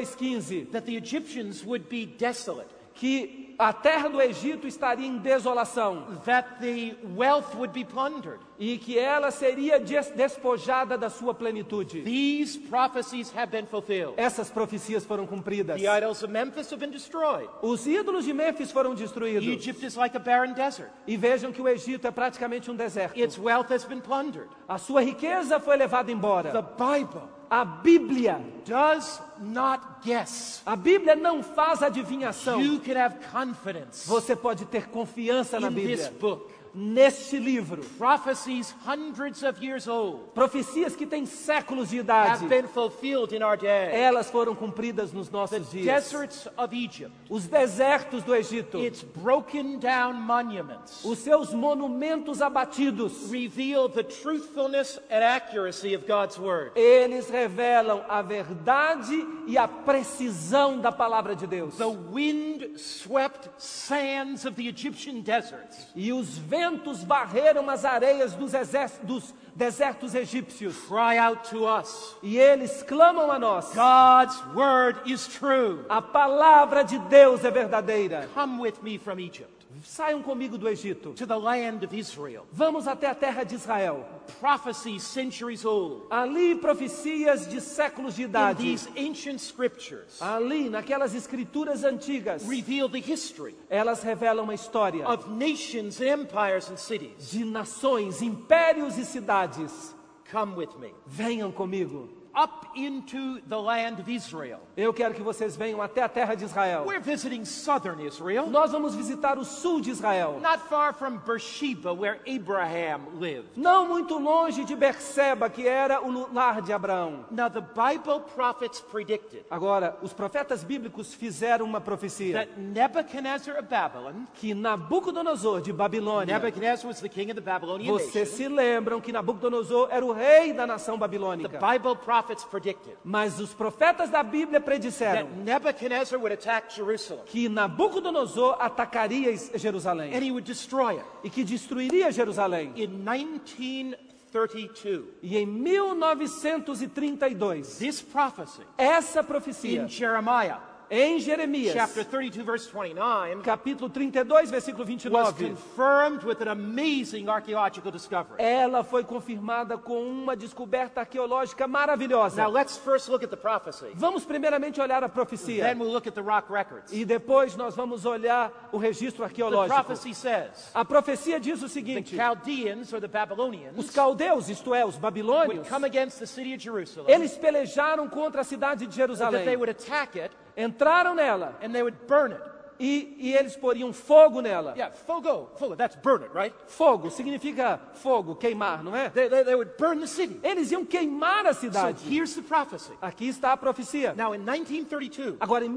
Speaker 1: 32:15
Speaker 2: that the Egyptians would be desolate,
Speaker 1: que a terra do Egito estaria em desolação
Speaker 2: that the wealth would be plundered.
Speaker 1: e que ela seria des- despojada da sua plenitude.
Speaker 2: These prophecies have been fulfilled.
Speaker 1: Essas profecias foram cumpridas.
Speaker 2: The idols of Memphis have been destroyed.
Speaker 1: Os ídolos de Mênfis foram destruídos.
Speaker 2: Egypt is like a barren desert.
Speaker 1: E vejam que o Egito é praticamente um deserto.
Speaker 2: Its wealth has been plundered.
Speaker 1: A sua riqueza foi levada
Speaker 2: The
Speaker 1: embora.
Speaker 2: Bible
Speaker 1: A Bíblia,
Speaker 2: does not guess.
Speaker 1: a Bíblia não faz adivinhação.
Speaker 2: You can have confidence
Speaker 1: Você pode ter confiança na
Speaker 2: in this
Speaker 1: Bíblia.
Speaker 2: book.
Speaker 1: neste livro.
Speaker 2: Prophecies hundreds of years old
Speaker 1: Profecias que têm séculos de
Speaker 2: have
Speaker 1: idade,
Speaker 2: been fulfilled in our day.
Speaker 1: elas foram cumpridas nos nossos dias.
Speaker 2: Deserts of Egypt,
Speaker 1: Os desertos do Egito,
Speaker 2: its broken down monuments,
Speaker 1: os seus monumentos abatidos,
Speaker 2: reveal the truthfulness and accuracy of God's word.
Speaker 1: eles revelam a verdade e a precisão da palavra de Deus.
Speaker 2: The wind swept sands of the Egyptian deserts
Speaker 1: E os ventos barreram as areias dos, exer- dos desertos egípcios.
Speaker 2: cry out to us
Speaker 1: E eles clamam a nós:
Speaker 2: God's word is true.
Speaker 1: a palavra de Deus é verdadeira.
Speaker 2: Come with me from Egypt
Speaker 1: Saiam comigo do Egito.
Speaker 2: to the land of Israel.
Speaker 1: Vamos até a terra de Israel.
Speaker 2: Prophecies centuries old
Speaker 1: Ali profecias de séculos de
Speaker 2: in
Speaker 1: idade.
Speaker 2: these ancient scriptures
Speaker 1: Ali, naquelas escrituras antigas,
Speaker 2: reveal the history
Speaker 1: elas revelam a história
Speaker 2: of nations, and empires, and cities.
Speaker 1: de nações, impérios e cidades.
Speaker 2: Come with me
Speaker 1: Venham comigo.
Speaker 2: up into the land of Israel.
Speaker 1: Eu quero que vocês venham até a terra de Israel.
Speaker 2: We're visiting southern Israel,
Speaker 1: Nós vamos visitar o sul de Israel.
Speaker 2: not far from Beersheba, where Abraham lived.
Speaker 1: Não muito longe de Berseba, que era o lu- lar de Abraão.
Speaker 2: Now, the Bible prophets predicted
Speaker 1: Agora, os profetas bíblicos fizeram uma profecia
Speaker 2: that Nebuchadnezzar of Babylon,
Speaker 1: que Nabucodonosor de Babilônia.
Speaker 2: Nebuchadnezzar was the king of the Babylonian
Speaker 1: Vocês
Speaker 2: nation.
Speaker 1: se lembram que Nabucodonosor era o rei da nação
Speaker 2: The
Speaker 1: babilônica.
Speaker 2: Bible prophets predicted
Speaker 1: Mas os profetas da Bíblia predisseram
Speaker 2: that Nebuchadnezzar would attack Jerusalem
Speaker 1: que Nabucodonosor atacaria Is- Jerusalém
Speaker 2: and he would destroy it.
Speaker 1: e que destruiria Jerusalém.
Speaker 2: In 1932,
Speaker 1: E em 1932,
Speaker 2: this prophecy
Speaker 1: essa
Speaker 2: in
Speaker 1: profecia
Speaker 2: Jeremiah
Speaker 1: em Jeremias,
Speaker 2: chapter 32, verse 29,
Speaker 1: capítulo 32, versículo
Speaker 2: was
Speaker 1: 29,
Speaker 2: confirmed with an amazing archaeological discovery.
Speaker 1: ela foi confirmada com uma descoberta arqueológica
Speaker 2: Now,
Speaker 1: maravilhosa.
Speaker 2: let's first look at the prophecy,
Speaker 1: Vamos primeiramente olhar a profecia
Speaker 2: then we'll look at the rock records.
Speaker 1: e depois nós vamos olhar o registro
Speaker 2: The
Speaker 1: arqueológico.
Speaker 2: prophecy says.
Speaker 1: A profecia diz o seguinte:
Speaker 2: the Chaldeans or the
Speaker 1: os
Speaker 2: Babylonians
Speaker 1: caldeus, isto é, os
Speaker 2: would
Speaker 1: babilônios,
Speaker 2: come against the city of Jerusalem,
Speaker 1: eles pelejaram contra a cidade de
Speaker 2: that they
Speaker 1: Jerusalém,
Speaker 2: would attack it
Speaker 1: entraram nela
Speaker 2: and they would burn it.
Speaker 1: e, e eles poriam fogo nela.
Speaker 2: Yeah, fogo, fogo, that's burn it, right?
Speaker 1: Fogo significa fogo, queimar, não é?
Speaker 2: They, they, they would burn the city.
Speaker 1: Eles iam queimar a
Speaker 2: So
Speaker 1: cidade.
Speaker 2: here's the prophecy.
Speaker 1: Aqui está a profecia.
Speaker 2: Now in 1932,
Speaker 1: Agora, em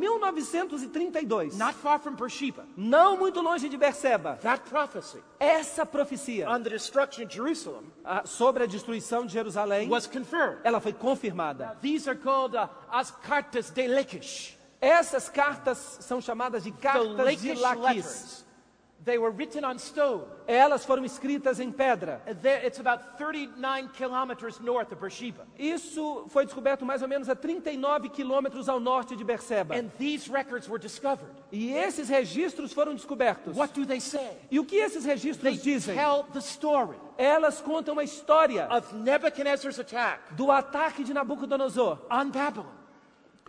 Speaker 1: 1932,
Speaker 2: not far from Beersheba,
Speaker 1: não muito longe de Berseba,
Speaker 2: that prophecy
Speaker 1: essa profecia
Speaker 2: on the destruction of Jerusalem
Speaker 1: ah, sobre a destruição de Jerusalém,
Speaker 2: was confirmed.
Speaker 1: ela foi confirmada.
Speaker 2: These are called uh, as cartas de Lachish,
Speaker 1: Essas cartas são chamadas de
Speaker 2: the
Speaker 1: cartas de
Speaker 2: Lachish
Speaker 1: Laquis.
Speaker 2: letters. They were written on stone.
Speaker 1: Elas foram escritas em pedra.
Speaker 2: And there- It's about 39 kilometers north of Beersheba.
Speaker 1: Isso foi descoberto mais ou menos a 39 quilômetros ao norte de Berseba.
Speaker 2: And these records were discovered.
Speaker 1: E esses registros foram descobertos.
Speaker 2: What do they say?
Speaker 1: E o que esses
Speaker 2: They
Speaker 1: registros dizem?
Speaker 2: tell the story
Speaker 1: Elas contam a história
Speaker 2: of Nebuchadnezzar's attack
Speaker 1: do ataque de Nabucodonosor
Speaker 2: on Babylon,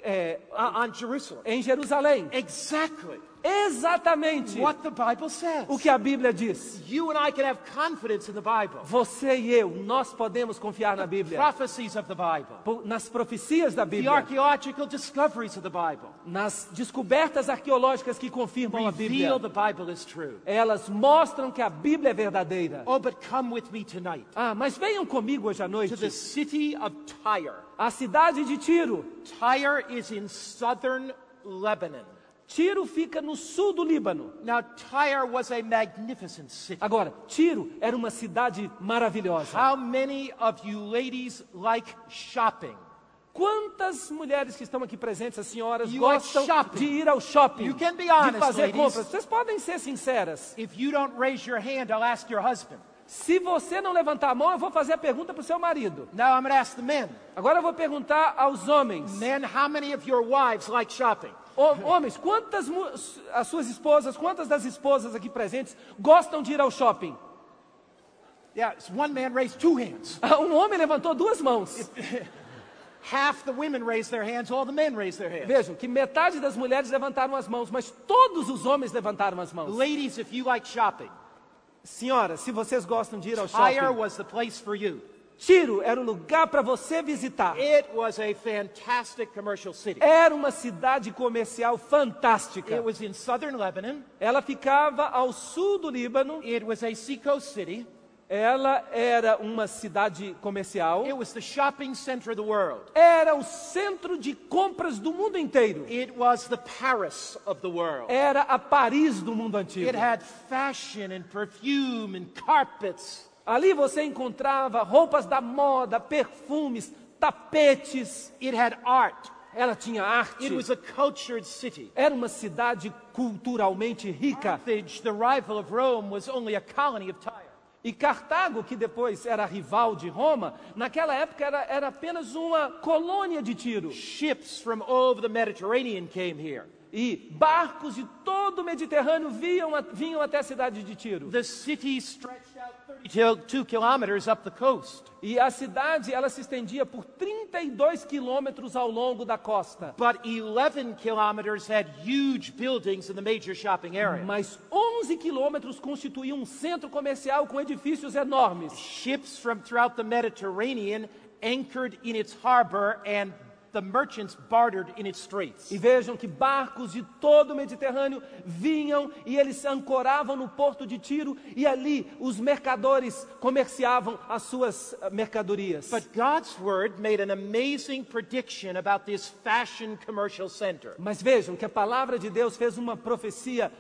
Speaker 1: é,
Speaker 2: uh, on Jerusalem.
Speaker 1: em Jerusalém.
Speaker 2: Exactly
Speaker 1: Exatamente
Speaker 2: what the Bible says.
Speaker 1: o que a Bíblia diz.
Speaker 2: You and I can have confidence in the Bible,
Speaker 1: Você e eu, nós podemos confiar na Bíblia,
Speaker 2: prophecies of the Bible,
Speaker 1: po- nas profecias da
Speaker 2: the
Speaker 1: Bíblia,
Speaker 2: archaeological discoveries of the Bible.
Speaker 1: nas descobertas arqueológicas que confirmam a Bíblia.
Speaker 2: Reveal the Bible is true.
Speaker 1: Elas mostram que a Bíblia é verdadeira.
Speaker 2: Oh, but come with me tonight
Speaker 1: Ah, mas venham comigo hoje à
Speaker 2: to the
Speaker 1: noite.
Speaker 2: city of Tyre.
Speaker 1: A cidade de Tiro.
Speaker 2: Tyre is in southern Lebanon.
Speaker 1: Tiro fica no sul do Líbano.
Speaker 2: Now, Tyre was a magnificent city.
Speaker 1: Agora, Tiro era uma cidade maravilhosa.
Speaker 2: How many of you ladies like shopping?
Speaker 1: Quantas mulheres que estão aqui presentes, as senhoras,
Speaker 2: You like
Speaker 1: gostam
Speaker 2: shopping.
Speaker 1: de ir ao shopping,
Speaker 2: You can be
Speaker 1: de
Speaker 2: honest,
Speaker 1: fazer
Speaker 2: ladies.
Speaker 1: compras? Vocês podem ser sinceras.
Speaker 2: If you don't raise your hand, I'll ask your husband.
Speaker 1: Se você não levantar a mão, eu vou fazer a pergunta para o seu marido.
Speaker 2: Now I'm going to ask the men.
Speaker 1: Agora eu vou perguntar aos homens.
Speaker 2: Men, how many of your wives like shopping?
Speaker 1: Ho- Homens, quantas mu- as suas esposas, quantas das esposas aqui presentes gostam de ir ao shopping?
Speaker 2: Yeah, it's one man raised two hands.
Speaker 1: Ah, Um homem levantou duas mãos.
Speaker 2: Half the women raised their hands, all the men raised their hands.
Speaker 1: Vejam que metade das mulheres levantaram as mãos, mas todos os homens levantaram as mãos.
Speaker 2: Ladies, if you like shopping,
Speaker 1: Senhoras, se vocês gostam de ir ao
Speaker 2: Tyre
Speaker 1: shopping,
Speaker 2: was the place for you.
Speaker 1: Tiro era um lugar para você visitar.
Speaker 2: It was a fantastic commercial city.
Speaker 1: Era uma cidade comercial fantástica.
Speaker 2: It was in southern Lebanon.
Speaker 1: Ela ficava ao sul do Líbano.
Speaker 2: It was a seacoast city.
Speaker 1: Ela era uma cidade comercial.
Speaker 2: It was the shopping center of the world.
Speaker 1: Era o centro de compras do mundo inteiro.
Speaker 2: It was the Paris of the world.
Speaker 1: Era a Paris do mundo antigo.
Speaker 2: It had fashion and perfume and carpets.
Speaker 1: Ali você encontrava roupas da moda, perfumes, tapetes.
Speaker 2: It had art.
Speaker 1: Ela tinha arte.
Speaker 2: It was a cultured city.
Speaker 1: Era uma cidade culturalmente rica.
Speaker 2: Carthage, the rival of Rome, was only a colony of Tyre.
Speaker 1: E Cartago, que depois era rival de Roma, naquela época era, era apenas uma colônia de Tiro.
Speaker 2: Ships from all over the Mediterranean came here.
Speaker 1: E barcos de todo o Mediterrâneo vinham, a- vinham até a cidade de Tiro.
Speaker 2: The city stretched out 32 kilometers up the coast.
Speaker 1: E a cidade ela se estendia por 32 quilômetros ao longo da costa.
Speaker 2: But 11 kilometers had huge buildings in the major shopping area.
Speaker 1: Mas 11 quilômetros constituíam um centro comercial com edifícios enormes.
Speaker 2: Ships from throughout the Mediterranean anchored in its harbor and the merchants bartered in its streets.
Speaker 1: E vejam que barcos de todo o Mediterrâneo vinham e eles se ancoravam no porto de Tiro e ali os mercadores comerciavam as suas eh, mercadorias.
Speaker 2: But God's word made an amazing prediction about this fashion commercial center.
Speaker 1: Mas vejam que a palavra de Deus fez uma profecia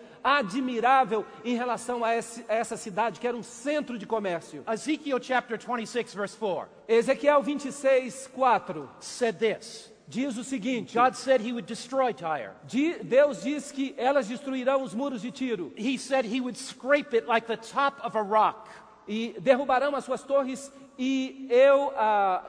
Speaker 1: admirável em relação a, esse- a essa cidade que era um centro de comércio.
Speaker 2: Ezekiel chapter 26, verse 4
Speaker 1: Ezequiel 26, 4
Speaker 2: said this
Speaker 1: diz o seguinte:
Speaker 2: God said he would destroy Tyre.
Speaker 1: Di- Deus diz que elas destruirão os muros de Tiro
Speaker 2: He said he would scrape it like the top of a rock.
Speaker 1: e derrubarão as suas torres e eu ah,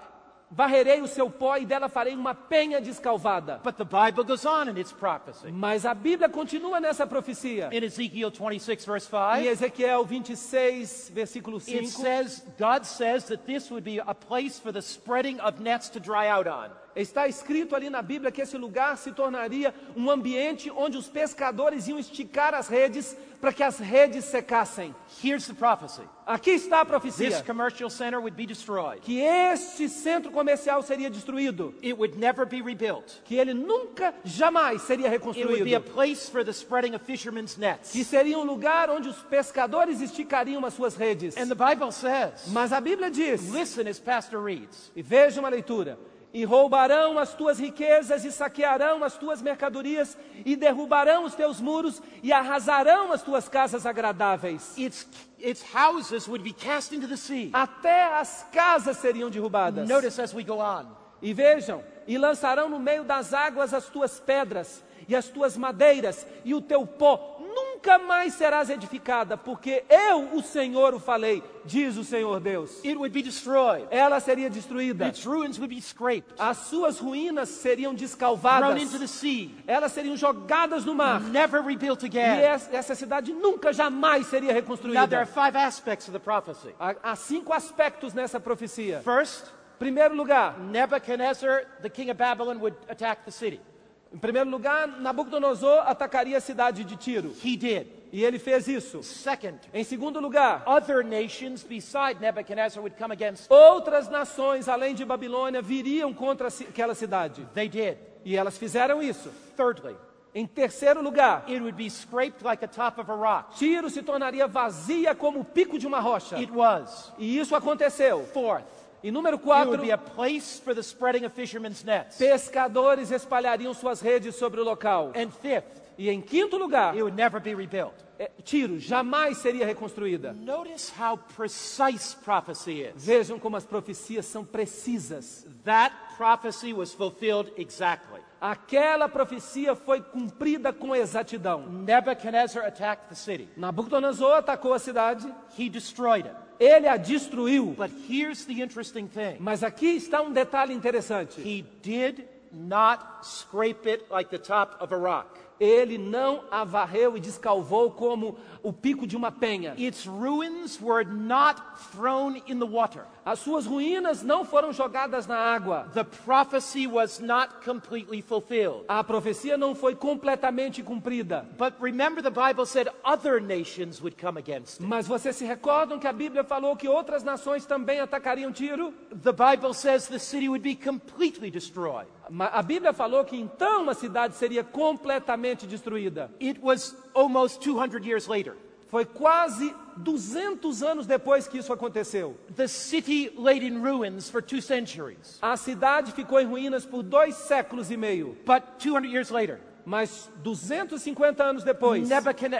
Speaker 1: varrerei o seu pó e dela farei uma penha descalvada.
Speaker 2: But the Bible goes on in its prophecy.
Speaker 1: Mas a Bíblia continua nessa profecia.
Speaker 2: In Ezekiel 26, verse
Speaker 1: Em
Speaker 2: 5,
Speaker 1: Ezequiel 26, versículo 5,
Speaker 2: it says, God says that this would be a place for the spreading of nets to dry out on.
Speaker 1: está escrito ali na Bíblia que esse lugar se tornaria um ambiente onde os pescadores iam esticar as redes para que as redes secassem.
Speaker 2: Here's the prophecy
Speaker 1: Aqui está a
Speaker 2: this
Speaker 1: profecia:
Speaker 2: commercial center would be destroyed,
Speaker 1: que este centro comercial seria destruído.
Speaker 2: it would never be rebuilt.
Speaker 1: que ele nunca, jamais seria
Speaker 2: It would be a
Speaker 1: reconstruído.
Speaker 2: place for the spreading of fishermen's
Speaker 1: Que
Speaker 2: nets.
Speaker 1: seria um lugar onde os pescadores esticariam as suas redes.
Speaker 2: And the Bible says,
Speaker 1: Mas a Bíblia diz,
Speaker 2: listen as Pastor reads,
Speaker 1: e vejam a leitura, e roubarão as tuas riquezas, e saquearão as tuas mercadorias, e derrubarão os teus muros, e arrasarão as tuas casas agradáveis.
Speaker 2: its, its houses would be cast into the sea.
Speaker 1: Até as casas seriam derrubadas.
Speaker 2: Notice as we go on.
Speaker 1: E vejam, e lançarão no meio das águas as tuas pedras e as tuas madeiras e o teu pó. Nunca mais serás edificada, porque eu, o Senhor, o falei, diz o Senhor Deus.
Speaker 2: It would be destroyed.
Speaker 1: Ela seria destruída,
Speaker 2: Its ruins would be scraped,
Speaker 1: as suas ruínas seriam
Speaker 2: thrown into the
Speaker 1: descalvadas,
Speaker 2: sea,
Speaker 1: elas seriam jogadas no mar.
Speaker 2: never rebuilt
Speaker 1: E
Speaker 2: again.
Speaker 1: es- essa cidade nunca, jamais seria
Speaker 2: Now, there are
Speaker 1: reconstruída.
Speaker 2: five aspects of the prophecy.
Speaker 1: Há há cinco aspectos nessa profecia.
Speaker 2: First,
Speaker 1: Primeiro lugar,
Speaker 2: Nebuchadnezzar, the king of Babylon, would attack the city.
Speaker 1: em primeiro lugar, Nabucodonosor atacaria a cidade de Tiro,
Speaker 2: He did.
Speaker 1: e ele fez isso.
Speaker 2: Second,
Speaker 1: Em segundo lugar,
Speaker 2: other nations beside Nebuchadnezzar would come against.
Speaker 1: outras nações além de Babilônia viriam contra ci- aquela cidade.
Speaker 2: They did.
Speaker 1: E elas fizeram isso.
Speaker 2: Thirdly,
Speaker 1: Em terceiro lugar,
Speaker 2: it would be scraped like the top of a rock.
Speaker 1: Tiro se tornaria vazia como o pico de uma rocha.
Speaker 2: It was.
Speaker 1: E isso aconteceu.
Speaker 2: Fourth,
Speaker 1: E número
Speaker 2: it
Speaker 1: quatro,
Speaker 2: would be a place for the spreading of fishermen's nets.
Speaker 1: pescadores espalhariam suas redes sobre o local.
Speaker 2: And fifth,
Speaker 1: E em quinto lugar,
Speaker 2: it would never be rebuilt.
Speaker 1: é, Tiro jamais seria reconstruída.
Speaker 2: Notice how precise prophecy is.
Speaker 1: Vejam como as profecias são precisas.
Speaker 2: That prophecy was fulfilled exactly.
Speaker 1: Aquela profecia foi cumprida com exatidão.
Speaker 2: Nebuchadnezzar attacked the city.
Speaker 1: Nabucodonosor atacou a cidade,
Speaker 2: He destroyed it.
Speaker 1: Ele a destruiu.
Speaker 2: But here's the interesting thing.
Speaker 1: Mas aqui está um detalhe interessante.
Speaker 2: He did not scrape it like the top of a rock.
Speaker 1: Ele não a varreu e descalvou como o pico de uma penha.
Speaker 2: Its ruins were not thrown in the water.
Speaker 1: As suas ruínas não foram jogadas na água.
Speaker 2: The prophecy was not completely fulfilled.
Speaker 1: A profecia não foi completamente cumprida.
Speaker 2: But remember, the Bible said other nations would come against it.
Speaker 1: Mas vocês se recordam que a Bíblia falou que outras nações também atacariam Tiro?
Speaker 2: The Bible says the city would be completely destroyed.
Speaker 1: Ma- A Bíblia falou que então a cidade seria completamente destruída.
Speaker 2: It was almost 200 years later.
Speaker 1: Foi quase 200 anos depois que isso aconteceu.
Speaker 2: The city laid in ruins for two centuries.
Speaker 1: A cidade ficou em ruínas por dois séculos e meio.
Speaker 2: But 200 years later,
Speaker 1: Mas 250 anos depois,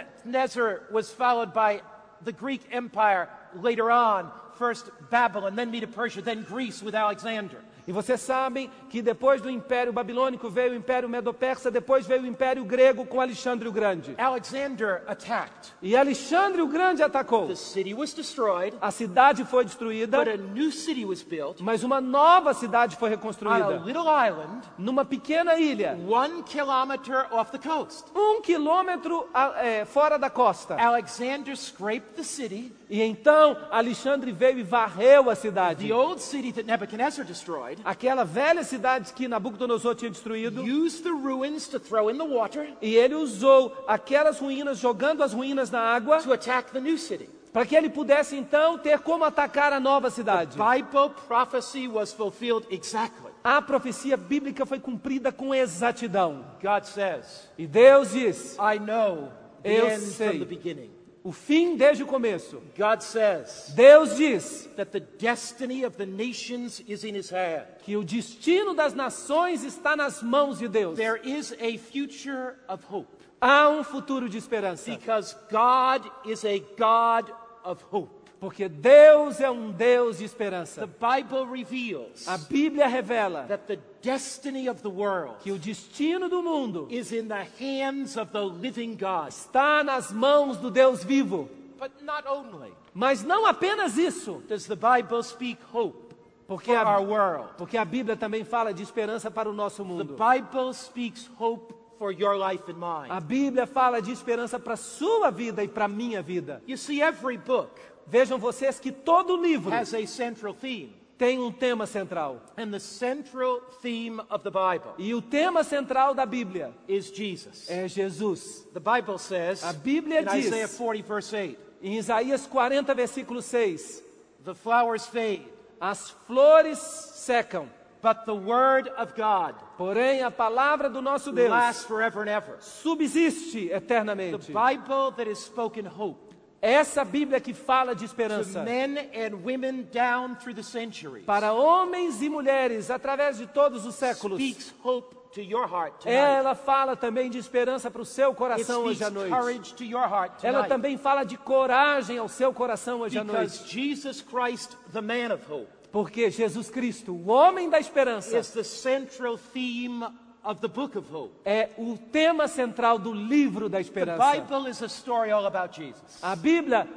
Speaker 2: Nebuchadnezzar was followed by the Greek Empire later on, first Babylon, then Medo Persia, then Greece with Alexander.
Speaker 1: e vocês sabem que depois do Império Babilônico veio o Império Medo-Persa, depois veio o Império Grego com Alexandre o Grande.
Speaker 2: Alexander attacked.
Speaker 1: E Alexandre o Grande atacou.
Speaker 2: The city was destroyed,
Speaker 1: A cidade foi destruída,
Speaker 2: but a new city was built
Speaker 1: mas uma nova cidade foi
Speaker 2: on a
Speaker 1: reconstruída
Speaker 2: little island
Speaker 1: numa pequena ilha,
Speaker 2: one kilometer off the coast.
Speaker 1: um quilômetro a- é, fora da costa.
Speaker 2: Alexander scraped the city,
Speaker 1: E então Alexandre veio e varreu a cidade.
Speaker 2: the old city that Nebuchadnezzar destroyed,
Speaker 1: Aquela velha cidade que Nabucodonosor tinha destruído.
Speaker 2: used the ruins to throw in the water
Speaker 1: E ele usou aquelas ruínas, jogando as ruínas na água,
Speaker 2: to attack the new city.
Speaker 1: para que ele pudesse então ter como atacar a nova cidade.
Speaker 2: Bible prophecy was fulfilled exactly.
Speaker 1: A profecia bíblica foi cumprida com exatidão.
Speaker 2: God says,
Speaker 1: E Deus diz:
Speaker 2: I know the
Speaker 1: Eu
Speaker 2: end
Speaker 1: sei.
Speaker 2: from the beginning.
Speaker 1: o fim desde o começo.
Speaker 2: God says
Speaker 1: Deus diz
Speaker 2: that the destiny of the nations is in his hand.
Speaker 1: que o destino das nações está nas mãos de Deus.
Speaker 2: There is a future of hope
Speaker 1: Há um futuro de esperança.
Speaker 2: because God is a God of hope.
Speaker 1: Porque Deus é um Deus de
Speaker 2: The
Speaker 1: esperança.
Speaker 2: Bible reveals
Speaker 1: A Bíblia revela
Speaker 2: that the destiny of the world
Speaker 1: que o destino do mundo
Speaker 2: is in the hands of the living God.
Speaker 1: está nas mãos do Deus vivo.
Speaker 2: But not only
Speaker 1: Mas não apenas isso,
Speaker 2: does the Bible speak hope
Speaker 1: porque
Speaker 2: for
Speaker 1: a,
Speaker 2: our world,
Speaker 1: porque a Bíblia também fala de esperança para o nosso
Speaker 2: the
Speaker 1: mundo.
Speaker 2: Bible speaks hope for your life and mine.
Speaker 1: A Bíblia fala de esperança para a sua vida e para a minha vida.
Speaker 2: You see, every book
Speaker 1: Vejam vocês que todo livro
Speaker 2: has a central theme.
Speaker 1: tem um tema central.
Speaker 2: And the central theme of the Bible
Speaker 1: E o tema central da Bíblia
Speaker 2: is Jesus.
Speaker 1: é Jesus.
Speaker 2: The Bible says
Speaker 1: A Bíblia
Speaker 2: in
Speaker 1: diz-
Speaker 2: Isaiah 40, verse 8,
Speaker 1: Em Isaías 40, versículo 6,
Speaker 2: the flowers fade,
Speaker 1: as flores secam,
Speaker 2: but the word of God
Speaker 1: porém a palavra do nosso Deus
Speaker 2: lasts forever and ever.
Speaker 1: subsiste
Speaker 2: The
Speaker 1: eternamente.
Speaker 2: Bible that has spoken hope
Speaker 1: Essa Bíblia que fala de
Speaker 2: to
Speaker 1: esperança
Speaker 2: men and women down through the centuries
Speaker 1: para homens e mulheres através de todos os séculos.
Speaker 2: speaks hope to your heart tonight.
Speaker 1: Ela fala também de esperança para o seu
Speaker 2: It
Speaker 1: coração
Speaker 2: speaks
Speaker 1: hoje à noite.
Speaker 2: courage to your heart
Speaker 1: Ela
Speaker 2: tonight.
Speaker 1: também fala de coragem ao seu coração hoje à noite.
Speaker 2: Because Jesus Christ, the man of hope,
Speaker 1: Porque Jesus Cristo, o homem da esperança,
Speaker 2: is the central theme of the book of hope.
Speaker 1: é o tema central do livro da
Speaker 2: The
Speaker 1: esperança.
Speaker 2: Bible is a story all about Jesus.
Speaker 1: A Bíblia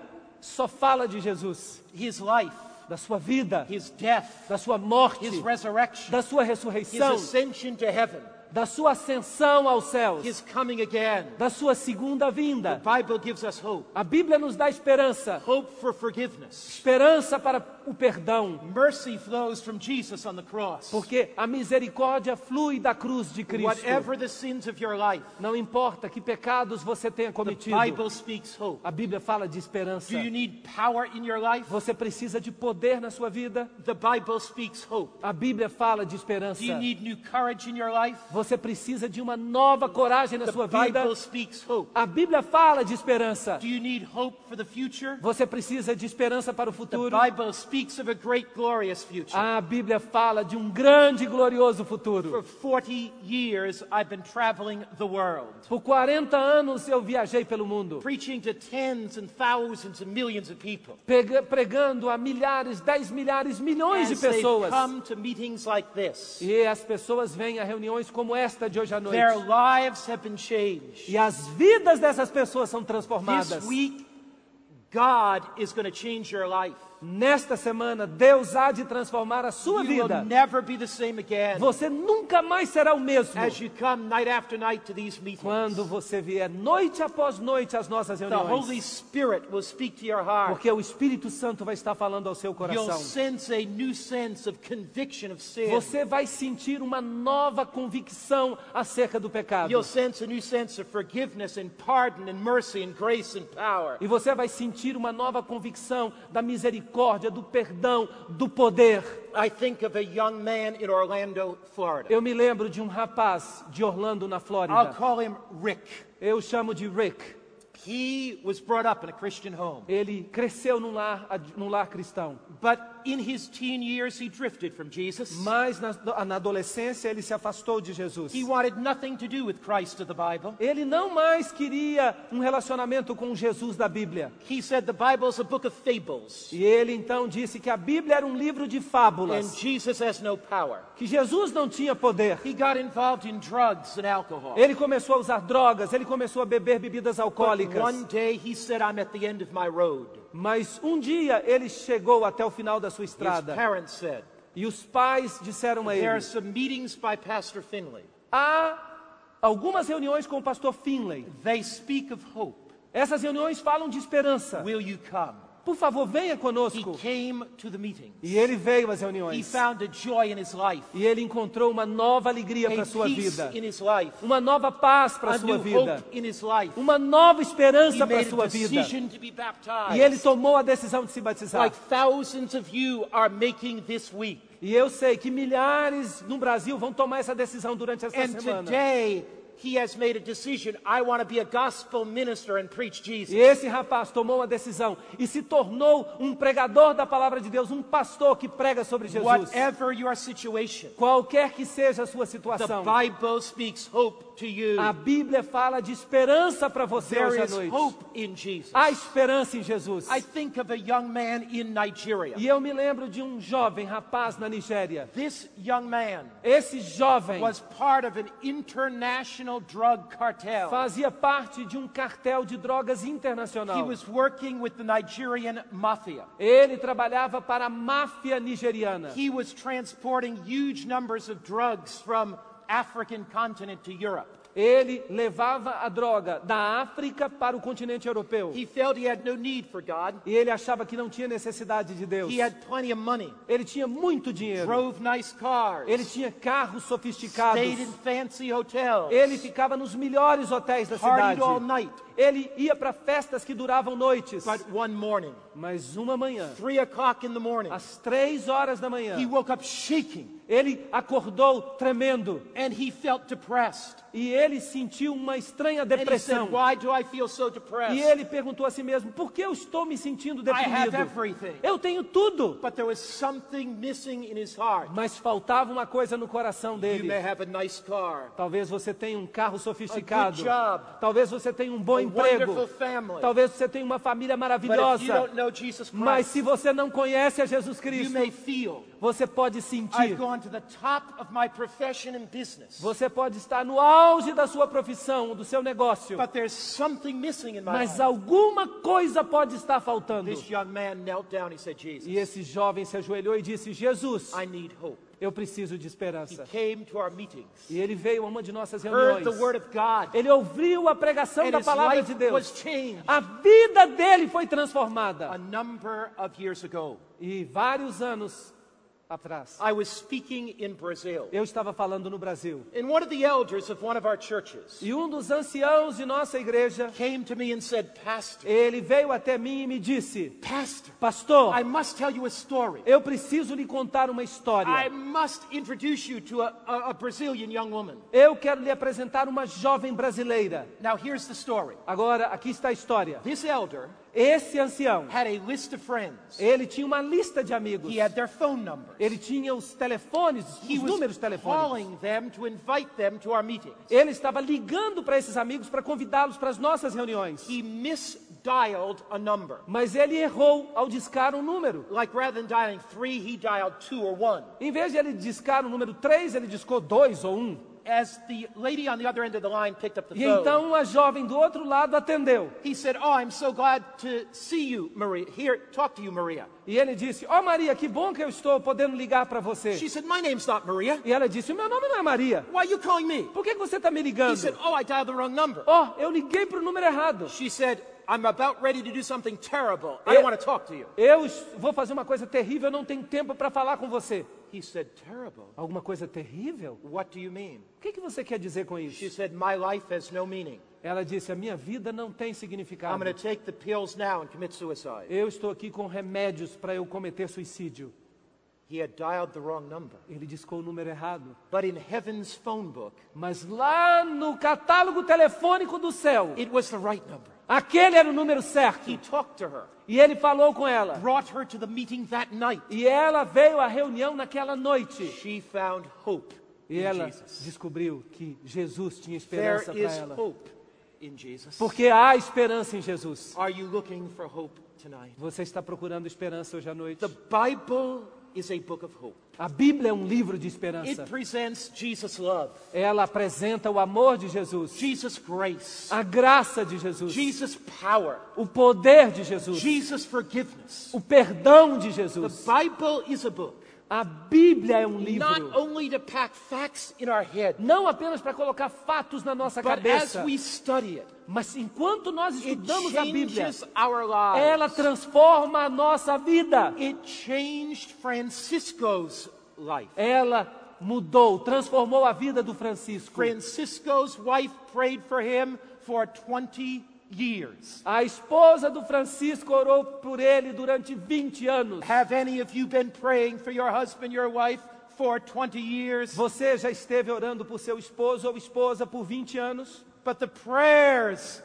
Speaker 1: só fala de Jesus,
Speaker 2: His life,
Speaker 1: da sua vida,
Speaker 2: his death,
Speaker 1: da sua morte,
Speaker 2: his resurrection,
Speaker 1: da sua
Speaker 2: his
Speaker 1: ressurreição,
Speaker 2: ascension to heaven,
Speaker 1: da sua ascensão aos céus,
Speaker 2: his coming again.
Speaker 1: da sua segunda
Speaker 2: The
Speaker 1: vinda.
Speaker 2: Bible gives us hope.
Speaker 1: A Bíblia nos dá esperança,
Speaker 2: Hope for forgiveness.
Speaker 1: esperança para o perdão,
Speaker 2: Mercy flows from Jesus on the cross.
Speaker 1: porque a misericórdia flui da cruz de Cristo.
Speaker 2: Whatever the sins of your life,
Speaker 1: Não importa que pecados você tenha
Speaker 2: the
Speaker 1: cometido,
Speaker 2: Bible speaks hope.
Speaker 1: a Bíblia fala de esperança.
Speaker 2: Do you need power in your life?
Speaker 1: Você precisa de poder na sua vida,
Speaker 2: The Bible speaks hope.
Speaker 1: a Bíblia fala de esperança.
Speaker 2: Do you need new courage in your life?
Speaker 1: Você precisa de uma nova coragem na
Speaker 2: The
Speaker 1: sua vida.
Speaker 2: Bible speaks hope.
Speaker 1: A Bíblia fala de esperança.
Speaker 2: Do you need hope for the future?
Speaker 1: Você precisa de esperança para o
Speaker 2: The
Speaker 1: futuro.
Speaker 2: Bible speaks of a great, glorious future.
Speaker 1: A Bíblia fala de um grande e glorioso
Speaker 2: For
Speaker 1: futuro.
Speaker 2: 40 years, I've been traveling the world,
Speaker 1: Por 40 anos eu viajei pelo mundo,
Speaker 2: preaching to tens and thousands and millions of people.
Speaker 1: pega- pregando a milhares, dez milhares, milhões de
Speaker 2: As they've
Speaker 1: pessoas.
Speaker 2: come to meetings like this,
Speaker 1: E as pessoas vêm a reuniões como esta de hoje à noite.
Speaker 2: their lives have been changed.
Speaker 1: E as vidas dessas pessoas são
Speaker 2: This
Speaker 1: transformadas.
Speaker 2: week, God is going to change your life.
Speaker 1: Nesta semana, Deus há de transformar a sua
Speaker 2: You will
Speaker 1: vida.
Speaker 2: never be the same again
Speaker 1: Você nunca mais será o mesmo.
Speaker 2: as you come night after night to these meetings.
Speaker 1: Quando você vier noite após noite às nossas
Speaker 2: The Holy
Speaker 1: reuniões,
Speaker 2: Spirit will speak to your heart.
Speaker 1: porque o Espírito Santo vai estar falando ao seu
Speaker 2: You'll
Speaker 1: coração.
Speaker 2: sense a new sense of conviction of sin.
Speaker 1: Você vai sentir uma nova convicção acerca do pecado.
Speaker 2: You'll sense a new sense of forgiveness and pardon and mercy and grace and power.
Speaker 1: E você vai sentir uma nova convicção da misericórdia, do perdão, do poder.
Speaker 2: I think of a young man in Orlando, Florida.
Speaker 1: Eu me lembro de um rapaz de Orlando, na
Speaker 2: I'll
Speaker 1: Flórida.
Speaker 2: call him Rick.
Speaker 1: Eu chamo de Rick.
Speaker 2: He was brought up in a Christian home,
Speaker 1: Ele cresceu num lar, ad- num lar cristão.
Speaker 2: but in his teen years he drifted from Jesus.
Speaker 1: Mas na, na adolescência ele se afastou de Jesus.
Speaker 2: He wanted nothing to do with Christ of the Bible.
Speaker 1: Ele não mais queria um relacionamento com Jesus da Bíblia.
Speaker 2: He said the Bible is a book of fables
Speaker 1: E ele então disse que a Bíblia era um livro de fábulas,
Speaker 2: and Jesus has no power.
Speaker 1: que Jesus não tinha poder.
Speaker 2: He got involved in drugs and alcohol.
Speaker 1: Ele começou a usar drogas, ele começou a beber bebidas
Speaker 2: But
Speaker 1: alcoólicas.
Speaker 2: one day he said, I'm at the end of my road.
Speaker 1: Mas um dia ele chegou até o final da sua
Speaker 2: His
Speaker 1: estrada.
Speaker 2: parents said,
Speaker 1: E os pais disseram a
Speaker 2: There are
Speaker 1: ele:
Speaker 2: some meetings by Pastor Finley.
Speaker 1: há algumas reuniões com o pastor Finley.
Speaker 2: They speak of hope.
Speaker 1: Essas reuniões falam de esperança.
Speaker 2: Will you come?
Speaker 1: Por favor, venha
Speaker 2: He
Speaker 1: conosco.
Speaker 2: came to the meeting.
Speaker 1: E ele veio às
Speaker 2: He
Speaker 1: reuniões.
Speaker 2: found a joy in his life,
Speaker 1: E ele encontrou uma nova alegria para
Speaker 2: a
Speaker 1: a sua
Speaker 2: peace
Speaker 1: vida,
Speaker 2: in his life,
Speaker 1: uma nova paz para a
Speaker 2: a
Speaker 1: sua
Speaker 2: new
Speaker 1: vida,
Speaker 2: hope in his life.
Speaker 1: uma nova
Speaker 2: He
Speaker 1: esperança para a
Speaker 2: made
Speaker 1: sua
Speaker 2: a
Speaker 1: vida.
Speaker 2: decision to be baptized.
Speaker 1: E ele tomou a decisão de se batizar.
Speaker 2: like thousands of you are making this week.
Speaker 1: E eu sei que milhares no Brasil vão tomar essa decisão durante essa
Speaker 2: And
Speaker 1: semana.
Speaker 2: today, he has made a decision. I want to be a gospel minister and preach
Speaker 1: E
Speaker 2: Jesus.
Speaker 1: esse rapaz tomou uma decisão e se tornou um pregador da palavra de Deus, um pastor que prega sobre Jesus.
Speaker 2: Whatever your situation,
Speaker 1: Qualquer que seja a sua
Speaker 2: the
Speaker 1: situação,
Speaker 2: Bible speaks hope to you.
Speaker 1: a Bíblia fala de esperança para você hoje
Speaker 2: There
Speaker 1: à
Speaker 2: is
Speaker 1: noite.
Speaker 2: hope in Jesus.
Speaker 1: Há esperança em Jesus.
Speaker 2: I think of a young man in Nigeria.
Speaker 1: E eu me lembro de um jovem rapaz na Nigéria.
Speaker 2: This young man
Speaker 1: Esse jovem
Speaker 2: was part of an international drug cartel.
Speaker 1: fazia parte de um cartel de drogas
Speaker 2: He
Speaker 1: internacional.
Speaker 2: was working with the Nigerian mafia.
Speaker 1: Ele trabalhava para a máfia nigeriana.
Speaker 2: He was transporting huge numbers of drugs from African continent to Europe.
Speaker 1: Ele levava a droga da África para o continente europeu.
Speaker 2: He felt he had no need for God.
Speaker 1: E ele achava que não tinha necessidade de Deus.
Speaker 2: He had plenty of money,
Speaker 1: Ele tinha muito dinheiro.
Speaker 2: drove nice cars,
Speaker 1: Ele tinha carros sofisticados.
Speaker 2: stayed in fancy hotels,
Speaker 1: Ele ficava nos melhores hotéis da
Speaker 2: partied
Speaker 1: cidade.
Speaker 2: all night.
Speaker 1: Ele ia para festas que duravam noites.
Speaker 2: But one morning,
Speaker 1: Mas uma manhã,
Speaker 2: three o'clock in the morning,
Speaker 1: às três horas da manhã,
Speaker 2: he woke up shaking
Speaker 1: ele acordou tremendo
Speaker 2: and he felt depressed.
Speaker 1: e ele sentiu uma estranha
Speaker 2: And he said,
Speaker 1: depressão.
Speaker 2: Why do I feel so depressed?
Speaker 1: E ele perguntou a si mesmo: por que eu estou me sentindo
Speaker 2: I have
Speaker 1: deprimido?
Speaker 2: everything.
Speaker 1: Eu tenho tudo.
Speaker 2: But there was something missing in his heart.
Speaker 1: Mas faltava uma coisa no coração
Speaker 2: You
Speaker 1: dele.
Speaker 2: may have a nice car,
Speaker 1: Talvez você tenha um carro sofisticado.
Speaker 2: job.
Speaker 1: Talvez você tenha um bom
Speaker 2: A
Speaker 1: emprego.
Speaker 2: wonderful family.
Speaker 1: Talvez você tenha uma família
Speaker 2: but if you
Speaker 1: maravilhosa.
Speaker 2: don't know Jesus
Speaker 1: Mas
Speaker 2: Christ,
Speaker 1: se você não conhece a Jesus
Speaker 2: you
Speaker 1: Cristo,
Speaker 2: may feel
Speaker 1: você pode
Speaker 2: I've
Speaker 1: sentir.
Speaker 2: gone to the top of my profession and business,
Speaker 1: Você pode estar no auge da sua profissão, do seu negócio.
Speaker 2: but there's something missing in my
Speaker 1: Mas
Speaker 2: life.
Speaker 1: alguma coisa pode estar faltando.
Speaker 2: This young man knelt down. He said, Jesus,
Speaker 1: E esse jovem se ajoelhou e disse: Jesus,
Speaker 2: I need hope.
Speaker 1: eu preciso de
Speaker 2: He
Speaker 1: esperança.
Speaker 2: came to our meetings,
Speaker 1: E ele veio a uma de nossas
Speaker 2: heard
Speaker 1: reuniões.
Speaker 2: the word of God,
Speaker 1: Ele ouviu a pregação
Speaker 2: and
Speaker 1: da
Speaker 2: his
Speaker 1: palavra de
Speaker 2: life
Speaker 1: Deus.
Speaker 2: was changed.
Speaker 1: A vida dele foi transformada.
Speaker 2: A number of years ago,
Speaker 1: E vários anos atrás,
Speaker 2: I was speaking in Brazil,
Speaker 1: eu estava falando no Brasil.
Speaker 2: and one of the elders of one of our churches
Speaker 1: E um dos anciãos de nossa igreja,
Speaker 2: came to me and said, Pastor,
Speaker 1: ele veio até mim e me disse:
Speaker 2: Pastor,
Speaker 1: Pastor,
Speaker 2: I must tell you a story.
Speaker 1: eu preciso lhe contar uma
Speaker 2: I
Speaker 1: história.
Speaker 2: must introduce you to a, a, a Brazilian young woman.
Speaker 1: Eu quero lhe apresentar uma jovem brasileira.
Speaker 2: Now, here's the story.
Speaker 1: Agora, aqui está a história.
Speaker 2: This elder
Speaker 1: Esse ancião,
Speaker 2: had a list of friends.
Speaker 1: ele tinha uma lista de amigos.
Speaker 2: He had their phone numbers.
Speaker 1: Ele tinha os telefones,
Speaker 2: He
Speaker 1: os números
Speaker 2: was
Speaker 1: de telefone.
Speaker 2: calling them to invite them to our meetings.
Speaker 1: Ele estava ligando para esses amigos para convidá-los para as nossas reuniões.
Speaker 2: He misdialed a number.
Speaker 1: Mas ele errou ao discar um número.
Speaker 2: Like rather than dialing three, he dialed two or one.
Speaker 1: Em vez de ele discar o número 3, ele discou 2 ou 1. Um.
Speaker 2: as the lady on the other end of the line picked up the
Speaker 1: E
Speaker 2: phone,
Speaker 1: então uma jovem do outro lado atendeu.
Speaker 2: he said, Oh, I'm so glad to see you, Maria. Here, talk to you, Maria.
Speaker 1: E ele disse: Ó Maria, que bom que eu estou podendo ligar para você.
Speaker 2: She said, My name's not Maria.
Speaker 1: E ela disse: O meu nome não é Maria.
Speaker 2: Why are you calling me?
Speaker 1: Por que, que você está me
Speaker 2: He
Speaker 1: ligando?
Speaker 2: said, Oh, I dialed the wrong number.
Speaker 1: Ó, eu liguei para o número errado.
Speaker 2: She said, I'm about ready to do something terrible. I don't want to talk to you.
Speaker 1: Eu es- vou fazer uma coisa terrível, eu não tenho tempo para falar com você.
Speaker 2: He said, Terrible?
Speaker 1: Alguma coisa terrível?
Speaker 2: What do you mean?
Speaker 1: O que, que você quer dizer com
Speaker 2: She
Speaker 1: isso?
Speaker 2: said, My life has no meaning.
Speaker 1: Ela disse: A minha vida não tem
Speaker 2: I'm
Speaker 1: significado.
Speaker 2: going to take the pills now and commit suicide.
Speaker 1: Eu estou aqui com remédios para eu cometer suicídio.
Speaker 2: He had dialed the wrong number.
Speaker 1: Ele discou o número errado.
Speaker 2: But in heaven's phone book,
Speaker 1: Mas lá no catálogo telefônico do céu,
Speaker 2: it was the right number.
Speaker 1: aquele era o número certo.
Speaker 2: He talked to her,
Speaker 1: E ele falou com ela.
Speaker 2: brought her to the meeting that night.
Speaker 1: E ela veio à reunião naquela noite.
Speaker 2: She found hope
Speaker 1: E
Speaker 2: in
Speaker 1: ela
Speaker 2: Jesus.
Speaker 1: descobriu que Jesus tinha
Speaker 2: There
Speaker 1: esperança para
Speaker 2: is
Speaker 1: ela.
Speaker 2: hope in Jesus.
Speaker 1: Porque há esperança em Jesus.
Speaker 2: Are you looking for hope tonight?
Speaker 1: Você está procurando esperança hoje à noite?
Speaker 2: The Bible is a book of hope.
Speaker 1: A Bíblia é um livro de
Speaker 2: It
Speaker 1: esperança.
Speaker 2: presents Jesus' love,
Speaker 1: Ela apresenta o amor de Jesus,
Speaker 2: Jesus' grace,
Speaker 1: a graça de Jesus,
Speaker 2: Jesus' power,
Speaker 1: o poder de Jesus,
Speaker 2: Jesus' forgiveness.
Speaker 1: o perdão de
Speaker 2: The
Speaker 1: Jesus.
Speaker 2: Bible is a book,
Speaker 1: A Bíblia é um
Speaker 2: not
Speaker 1: livro.
Speaker 2: only to pack facts in our head,
Speaker 1: Não apenas para colocar fatos na nossa
Speaker 2: but as
Speaker 1: cabeça,
Speaker 2: we study it,
Speaker 1: mas enquanto nós
Speaker 2: it
Speaker 1: estudamos a Bíblia,
Speaker 2: changes our lives.
Speaker 1: ela transforma a nossa vida.
Speaker 2: It changed Francisco's life.
Speaker 1: Ela mudou, transformou a vida do Francisco.
Speaker 2: Francisco's wife prayed for him for 20 years.
Speaker 1: A esposa do Francisco orou por ele durante 20 anos.
Speaker 2: Have any of you been praying for your husband, your wife, for 20 years?
Speaker 1: Você já esteve orando por seu esposo ou esposa por 20 anos?
Speaker 2: But the prayers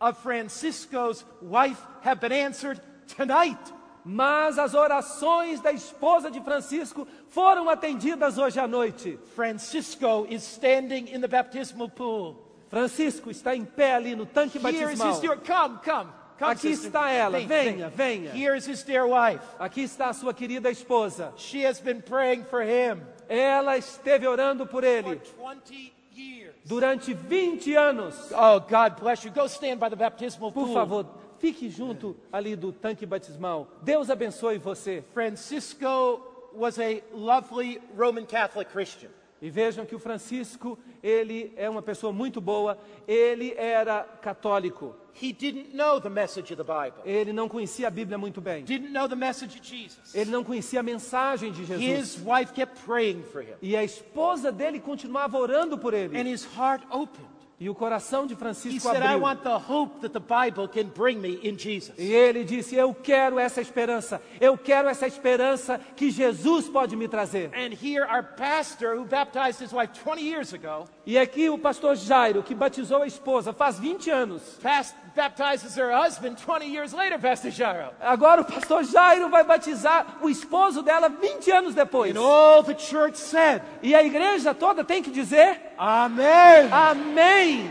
Speaker 2: of Francisco's wife have been answered tonight.
Speaker 1: Mas as orações da esposa de Francisco foram atendidas hoje à noite.
Speaker 2: Francisco is standing in the baptismal pool.
Speaker 1: Francisco está em pé ali no tanque
Speaker 2: Here is his
Speaker 1: batismal.
Speaker 2: dear. Come, come, come.
Speaker 1: Aqui
Speaker 2: sister.
Speaker 1: está ela. Venha, venha.
Speaker 2: Here is his dear wife.
Speaker 1: Aqui está a sua querida esposa.
Speaker 2: She has been praying for him
Speaker 1: Ela esteve orando por
Speaker 2: for
Speaker 1: ele
Speaker 2: 20 years.
Speaker 1: durante 20 anos.
Speaker 2: Oh, God bless you. Go stand by the baptismal pool.
Speaker 1: Por favor, fique junto ali do tanque batismal. Deus abençoe você.
Speaker 2: Francisco was a lovely Roman Catholic Christian.
Speaker 1: E vejam que o Francisco, ele é uma pessoa muito boa. Ele era católico.
Speaker 2: He didn't know the message of the Bible,
Speaker 1: Ele não conhecia a Bíblia muito bem.
Speaker 2: didn't know the message of Jesus.
Speaker 1: Ele não conhecia a mensagem de Jesus.
Speaker 2: His wife kept praying for him,
Speaker 1: E a esposa dele continuava orando por
Speaker 2: and
Speaker 1: ele.
Speaker 2: his heart opened.
Speaker 1: E o coração de
Speaker 2: He
Speaker 1: Francisco
Speaker 2: said, I
Speaker 1: abriu.
Speaker 2: want the hope that the Bible can bring me in Jesus.
Speaker 1: E ele disse: Eu quero essa esperança. Eu quero essa esperança que Jesus pode me trazer.
Speaker 2: And here, our pastor who baptized his wife 20 years ago
Speaker 1: E aqui o pastor Jairo, que batizou a esposa faz 20 anos.
Speaker 2: past- baptizes her husband 20 years later, Pastor Jairo.
Speaker 1: Agora o pastor Jairo vai batizar o esposo dela 20 anos depois.
Speaker 2: And all the church said,
Speaker 1: E a igreja toda tem que dizer Ah.
Speaker 2: Amen.
Speaker 1: amém.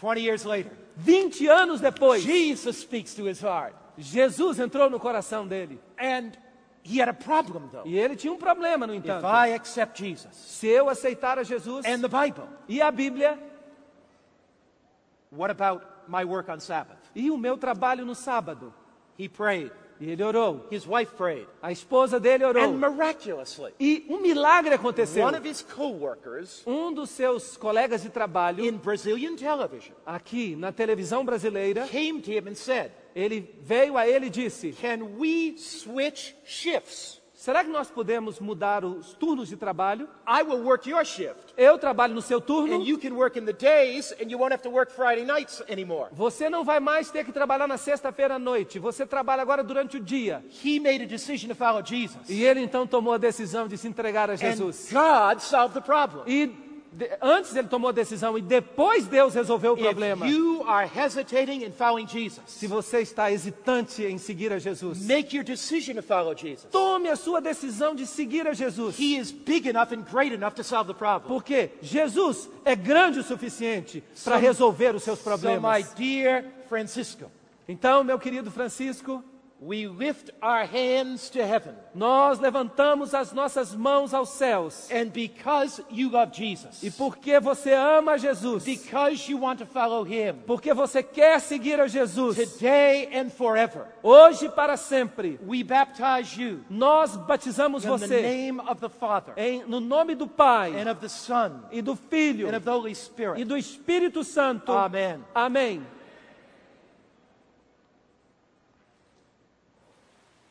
Speaker 2: 20 years later,
Speaker 1: 20 anos depois,
Speaker 2: Jesus speaks to his heart.
Speaker 1: Jesus entrou no coração dele.
Speaker 2: And he had a problem, though.
Speaker 1: E ele tinha um problema, no
Speaker 2: If
Speaker 1: entanto.
Speaker 2: I accept Jesus
Speaker 1: Se eu aceitar a Jesus
Speaker 2: and the Bible,
Speaker 1: e a Bíblia
Speaker 2: what about my work on Sabbath?
Speaker 1: e o meu trabalho no sábado.
Speaker 2: He prayed.
Speaker 1: E ele orou.
Speaker 2: His wife prayed.
Speaker 1: A esposa dele
Speaker 2: And
Speaker 1: orou.
Speaker 2: miraculously,
Speaker 1: E um milagre aconteceu.
Speaker 2: one of his co workers
Speaker 1: Um dos seus colegas de trabalho,
Speaker 2: in Brazilian television
Speaker 1: aqui na televisão brasileira,
Speaker 2: came to him and said,
Speaker 1: ele veio a ele e disse:
Speaker 2: Can we switch shifts?
Speaker 1: Será que nós podemos mudar os turnos de trabalho?
Speaker 2: I will work your shift,
Speaker 1: Eu trabalho no seu
Speaker 2: and
Speaker 1: turno.
Speaker 2: you can work in the days, and you won't have to work Friday nights anymore.
Speaker 1: Você não vai mais ter que trabalhar na sexta-feira à noite. Você trabalha agora durante o dia.
Speaker 2: He made a decision to follow Jesus.
Speaker 1: E ele então tomou a decisão de se entregar a
Speaker 2: And
Speaker 1: Jesus.
Speaker 2: God solved the problem.
Speaker 1: E de- antes ele tomou a decisão e depois Deus resolveu o problema.
Speaker 2: If you are hesitating in following Jesus,
Speaker 1: Se você está hesitante em seguir a Jesus,
Speaker 2: make your decision to follow Jesus.
Speaker 1: tome a sua decisão de seguir a Jesus.
Speaker 2: He is big enough and great enough to solve the problem.
Speaker 1: Porque Jesus é grande o suficiente para resolver os seus
Speaker 2: So, my
Speaker 1: problemas.
Speaker 2: dear Francisco,
Speaker 1: Então, meu querido Francisco,
Speaker 2: we lift our hands to heaven.
Speaker 1: Nós levantamos as nossas mãos aos céus.
Speaker 2: And because you love Jesus,
Speaker 1: E porque você ama Jesus,
Speaker 2: because you want to follow him,
Speaker 1: porque você quer seguir a Jesus,
Speaker 2: today and forever,
Speaker 1: hoje e para sempre,
Speaker 2: we baptize you
Speaker 1: nós batizamos
Speaker 2: in the
Speaker 1: você
Speaker 2: name of the Father
Speaker 1: em- no nome do Pai
Speaker 2: and of the Son
Speaker 1: e do Filho
Speaker 2: and of the Holy
Speaker 1: e
Speaker 2: Spirit.
Speaker 1: do Espírito Santo.
Speaker 2: Amen.
Speaker 1: Amém.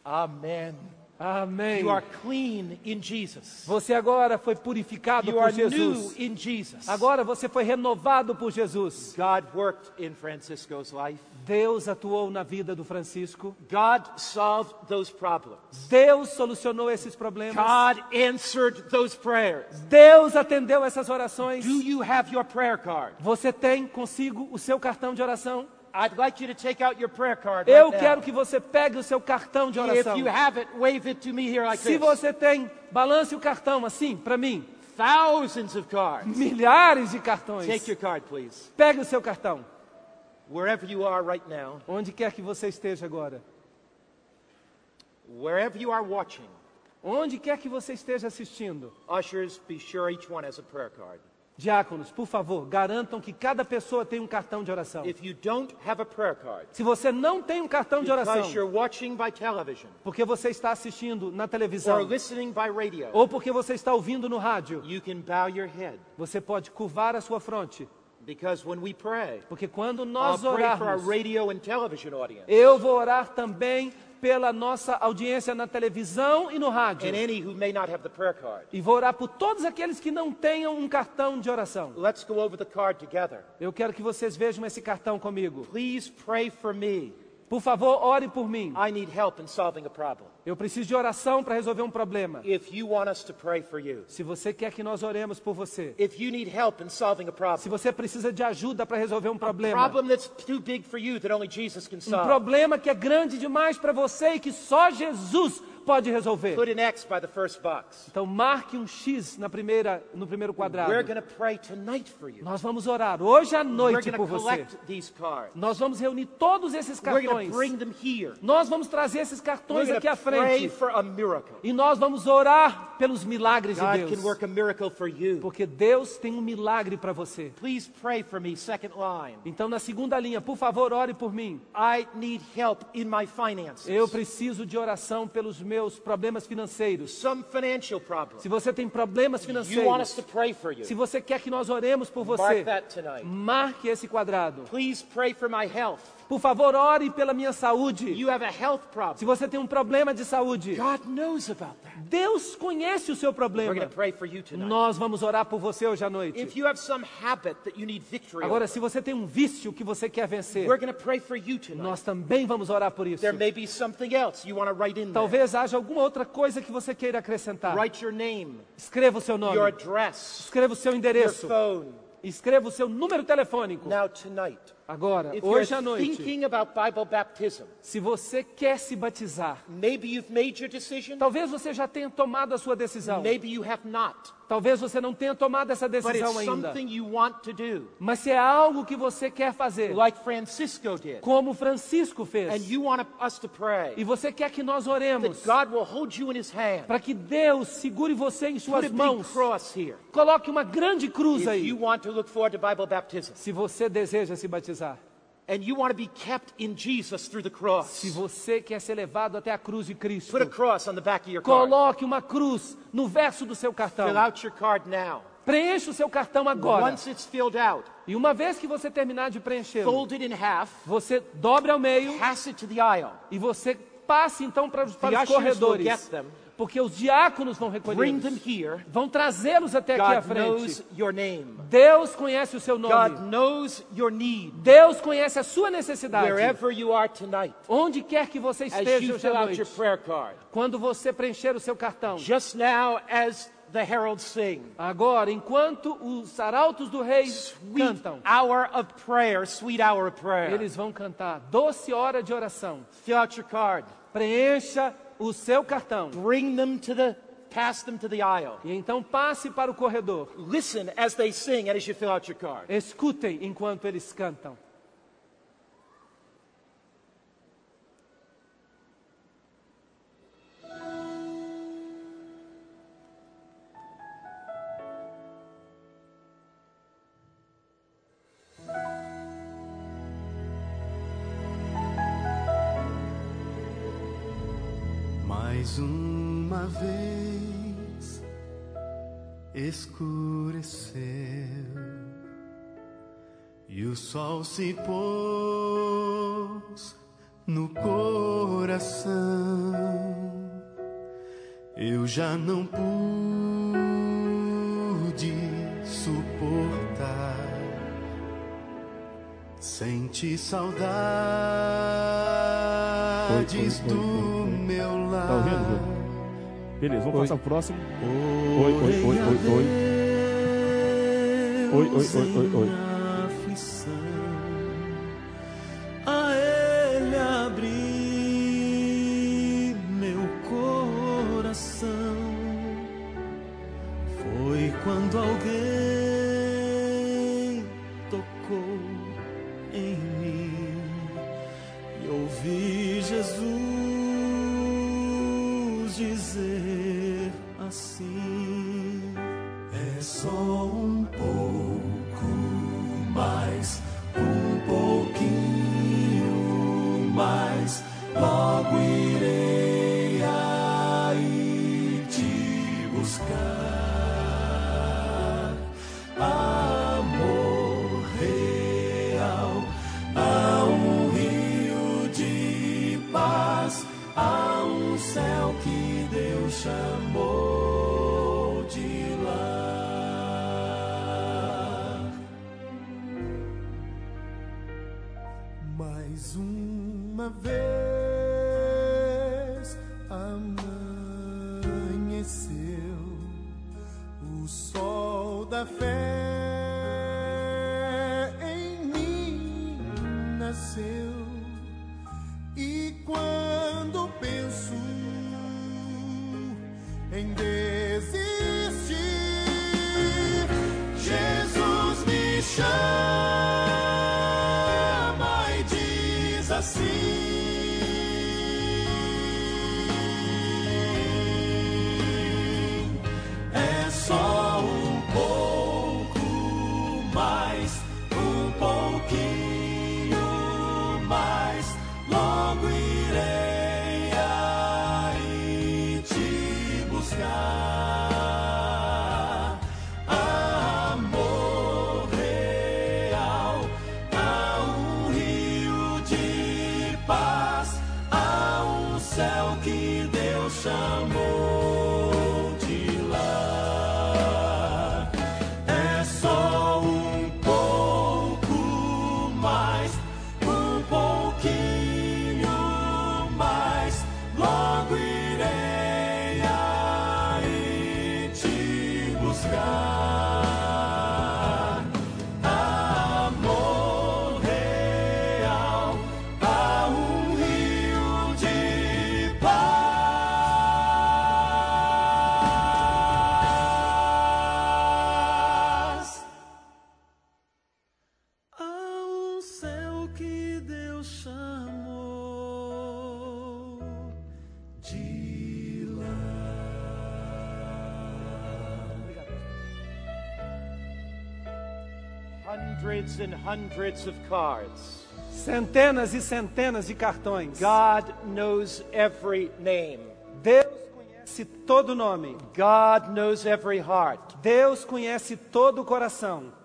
Speaker 2: Amen.
Speaker 1: Amém.
Speaker 2: You are clean in Jesus.
Speaker 1: Você agora foi purificado
Speaker 2: You are
Speaker 1: por
Speaker 2: new
Speaker 1: Jesus.
Speaker 2: in Jesus.
Speaker 1: Agora você foi renovado por Jesus.
Speaker 2: God worked in Francisco's life.
Speaker 1: Deus atuou na vida do Francisco.
Speaker 2: God solved those problems.
Speaker 1: Deus solucionou esses problemas.
Speaker 2: God answered those prayers.
Speaker 1: Deus atendeu essas orações.
Speaker 2: Do you have your prayer card?
Speaker 1: Você tem consigo o seu cartão de oração?
Speaker 2: I'd like you to take out your prayer card.
Speaker 1: Eu
Speaker 2: right
Speaker 1: quero
Speaker 2: now.
Speaker 1: que você pegue o seu cartão de oração.
Speaker 2: If you have it, wave it to me here like
Speaker 1: Se
Speaker 2: this.
Speaker 1: você tem, balance o cartão assim, para mim.
Speaker 2: Thousands of cards.
Speaker 1: Milhares de cartões.
Speaker 2: Take your card, please.
Speaker 1: Pegue o seu cartão,
Speaker 2: Wherever you are right now,
Speaker 1: onde quer que você esteja agora.
Speaker 2: wherever you are watching,
Speaker 1: Onde quer que você esteja assistindo.
Speaker 2: ushers, be sure each one has a prayer card.
Speaker 1: Diáconos, por favor, garantam que cada pessoa tem um cartão de oração.
Speaker 2: If you don't have a prayer card,
Speaker 1: Se você não tem um cartão de oração,
Speaker 2: because you're watching by television
Speaker 1: porque você está assistindo na televisão
Speaker 2: or listening by radio,
Speaker 1: ou porque você está ouvindo no rádio,
Speaker 2: you can bow your head
Speaker 1: você pode curvar a sua fronte,
Speaker 2: because when we pray,
Speaker 1: porque quando
Speaker 2: I'll
Speaker 1: nós
Speaker 2: pray for our
Speaker 1: orarmos,
Speaker 2: radio and television audience
Speaker 1: eu vou orar também pela nossa audiência na televisão e no rádio.
Speaker 2: and any who may not have the prayer card.
Speaker 1: E vou orar por todos aqueles que não tenham um cartão de oração.
Speaker 2: Let's go over the card together.
Speaker 1: Eu quero que vocês vejam esse cartão comigo.
Speaker 2: Please pray for me.
Speaker 1: Por favor, ore por mim.
Speaker 2: I need help in solving a problem.
Speaker 1: Eu preciso de oração para resolver um problema.
Speaker 2: If you want us to pray for you,
Speaker 1: Se você quer que nós oremos por você,
Speaker 2: if you need help in solving a
Speaker 1: se
Speaker 2: problem,
Speaker 1: você precisa de ajuda para resolver um
Speaker 2: a
Speaker 1: problema,
Speaker 2: problem that's too big for you that only Jesus can
Speaker 1: um
Speaker 2: solve,
Speaker 1: problema que é grande demais para você e que só Jesus pode resolver.
Speaker 2: put an X by the first box.
Speaker 1: Então marque um X na primeira, no primeiro quadrado.
Speaker 2: We're going to pray tonight for you.
Speaker 1: Nós vamos orar hoje à
Speaker 2: We're
Speaker 1: noite
Speaker 2: going
Speaker 1: por
Speaker 2: to
Speaker 1: você.
Speaker 2: collect these cards.
Speaker 1: Nós vamos reunir todos esses
Speaker 2: We're going
Speaker 1: cartões.
Speaker 2: to bring them here.
Speaker 1: Nós vamos trazer esses
Speaker 2: We're
Speaker 1: cartões
Speaker 2: going
Speaker 1: aqui à
Speaker 2: to pray
Speaker 1: frente.
Speaker 2: for a miracle.
Speaker 1: E nós vamos orar pelos milagres de
Speaker 2: God can
Speaker 1: Deus.
Speaker 2: work a miracle for you.
Speaker 1: Porque Deus tem um milagre para você.
Speaker 2: Please pray for me, second line.
Speaker 1: Então, na segunda linha, por favor, ore por mim.
Speaker 2: I need help in my finances.
Speaker 1: Eu preciso de oração pelos meus problemas financeiros.
Speaker 2: Some financial problem.
Speaker 1: Se você tem problemas
Speaker 2: You want us
Speaker 1: financeiros,
Speaker 2: to pray for you.
Speaker 1: se você quer que nós oremos por você,
Speaker 2: Mark that tonight.
Speaker 1: marque esse quadrado.
Speaker 2: Please pray for my health.
Speaker 1: Por favor, ore pela minha saúde.
Speaker 2: You have a health
Speaker 1: Se
Speaker 2: problem.
Speaker 1: você tem um problema de saúde,
Speaker 2: God knows about that.
Speaker 1: Deus conhece o seu
Speaker 2: We're going
Speaker 1: problema.
Speaker 2: to pray for you tonight.
Speaker 1: Nós vamos orar por você hoje à
Speaker 2: é If
Speaker 1: noite.
Speaker 2: you have some habit that you need victory
Speaker 1: Agora,
Speaker 2: over,
Speaker 1: se você tem um vício que você quer vencer,
Speaker 2: we're going to pray for you tonight.
Speaker 1: nós também vamos orar por isso.
Speaker 2: There may be something else you want to write in there.
Speaker 1: Talvez haja alguma outra coisa que você queira acrescentar.
Speaker 2: Write your name,
Speaker 1: Escreva o seu nome,
Speaker 2: your address,
Speaker 1: escreva o seu
Speaker 2: your
Speaker 1: endereço,
Speaker 2: phone.
Speaker 1: escreva o seu número telefônico.
Speaker 2: Now tonight,
Speaker 1: Agora,
Speaker 2: if
Speaker 1: hoje à
Speaker 2: you're
Speaker 1: noite,
Speaker 2: thinking about Bible baptism,
Speaker 1: se você quer se batizar,
Speaker 2: maybe you've made your decision,
Speaker 1: talvez você já tenha tomado a sua decisão,
Speaker 2: maybe you have not,
Speaker 1: talvez você não tenha tomado essa
Speaker 2: but it's
Speaker 1: decisão ainda,
Speaker 2: something you want to do,
Speaker 1: mas se é algo que você quer fazer,
Speaker 2: like Francisco did,
Speaker 1: como Francisco
Speaker 2: and
Speaker 1: fez,
Speaker 2: you want us to
Speaker 1: e
Speaker 2: pray
Speaker 1: você quer que nós oremos
Speaker 2: that God will hold you in His hand.
Speaker 1: para que Deus segure você em
Speaker 2: Put
Speaker 1: suas
Speaker 2: a big
Speaker 1: mãos,
Speaker 2: cross here.
Speaker 1: coloque uma grande cruz
Speaker 2: If
Speaker 1: aí,
Speaker 2: you want to look forward to Bible baptism,
Speaker 1: se você deseja se batizar.
Speaker 2: and you want to be kept in Jesus through the
Speaker 1: Se
Speaker 2: cross,
Speaker 1: você quer ser levado até a cruz de Cristo,
Speaker 2: put a cross on the back of your card.
Speaker 1: coloque uma cruz no verso do seu cartão.
Speaker 2: Fill out your card now.
Speaker 1: Preencha o seu cartão agora.
Speaker 2: Once it's filled out,
Speaker 1: E uma vez que você terminar de preenchê-lo,
Speaker 2: fold it in half,
Speaker 1: você dobre ao meio
Speaker 2: pass it to the aisle,
Speaker 1: e você passe então para, os- para
Speaker 2: The
Speaker 1: os
Speaker 2: ushers will
Speaker 1: corredores.
Speaker 2: get them.
Speaker 1: Porque os diáconos vão
Speaker 2: bring them
Speaker 1: recolher.
Speaker 2: here.
Speaker 1: Vão trazê-los até aqui à
Speaker 2: God knows
Speaker 1: frente.
Speaker 2: your name.
Speaker 1: Deus conhece o seu
Speaker 2: God
Speaker 1: nome.
Speaker 2: knows your need.
Speaker 1: Deus conhece a sua necessidade.
Speaker 2: Wherever you are tonight,
Speaker 1: Onde quer que você
Speaker 2: as
Speaker 1: esteja
Speaker 2: you
Speaker 1: hoje à
Speaker 2: fill out your
Speaker 1: noite,
Speaker 2: prayer card,
Speaker 1: quando você preencher o seu cartão.
Speaker 2: just now as the heralds sing,
Speaker 1: Agora, enquanto os arautos do rei
Speaker 2: sweet
Speaker 1: cantam,
Speaker 2: hour of prayer, sweet hour of prayer.
Speaker 1: eles vão cantar doce hora de oração.
Speaker 2: Fill out your card,
Speaker 1: Preencha o seu cartão
Speaker 2: bring them to the, pass them to the aisle.
Speaker 1: e então passe para o corredor.
Speaker 2: Listen as they sing and as you fill out your card.
Speaker 1: Escutem enquanto eles cantam.
Speaker 3: mais uma vez escureceu e o sol se pôs no coração. Eu já não pude suportar. Senti saudades
Speaker 4: Oi, oi, oi,
Speaker 3: do
Speaker 4: oi, oi.
Speaker 3: meu lar.
Speaker 4: Tá ouvindo, Ju? Beleza, vamos
Speaker 2: Oi.
Speaker 4: passar o próximo. Oi, oi, oi, oi, oi. Oi, oi, oi, oi, oi.
Speaker 3: Em aflição, a ele abri meu coração. Foi quando alguém tocou em mim e ouvi Jesus dizer assim. É só um pouco mais, um pouquinho mais, logo irei aí te buscar. Amor real, há um rio de paz, há um céu que Deus chamou de lar. Mais uma vez amanheceu o sol da fé em mim nasceu. E quando penso em desistir, Jesus me chama e diz assim. É só um pouco mais, um pouquinho mais. Logo irei aí te buscar. Amor real, há um rio de paz, há um céu que Deus chamou de lar. É só um pouco mais, um pouquinho mais. Logo irei aí te buscar. Amor real, há um rio de paz. Há um céu que Deus chamou de lar.
Speaker 5: Hundreds and hundreds of cards.
Speaker 1: Centenas e centenas de cartões.
Speaker 5: God knows every name.
Speaker 1: Deus conhece todo nome.
Speaker 5: God knows every heart.
Speaker 1: Deus conhece todo o coração.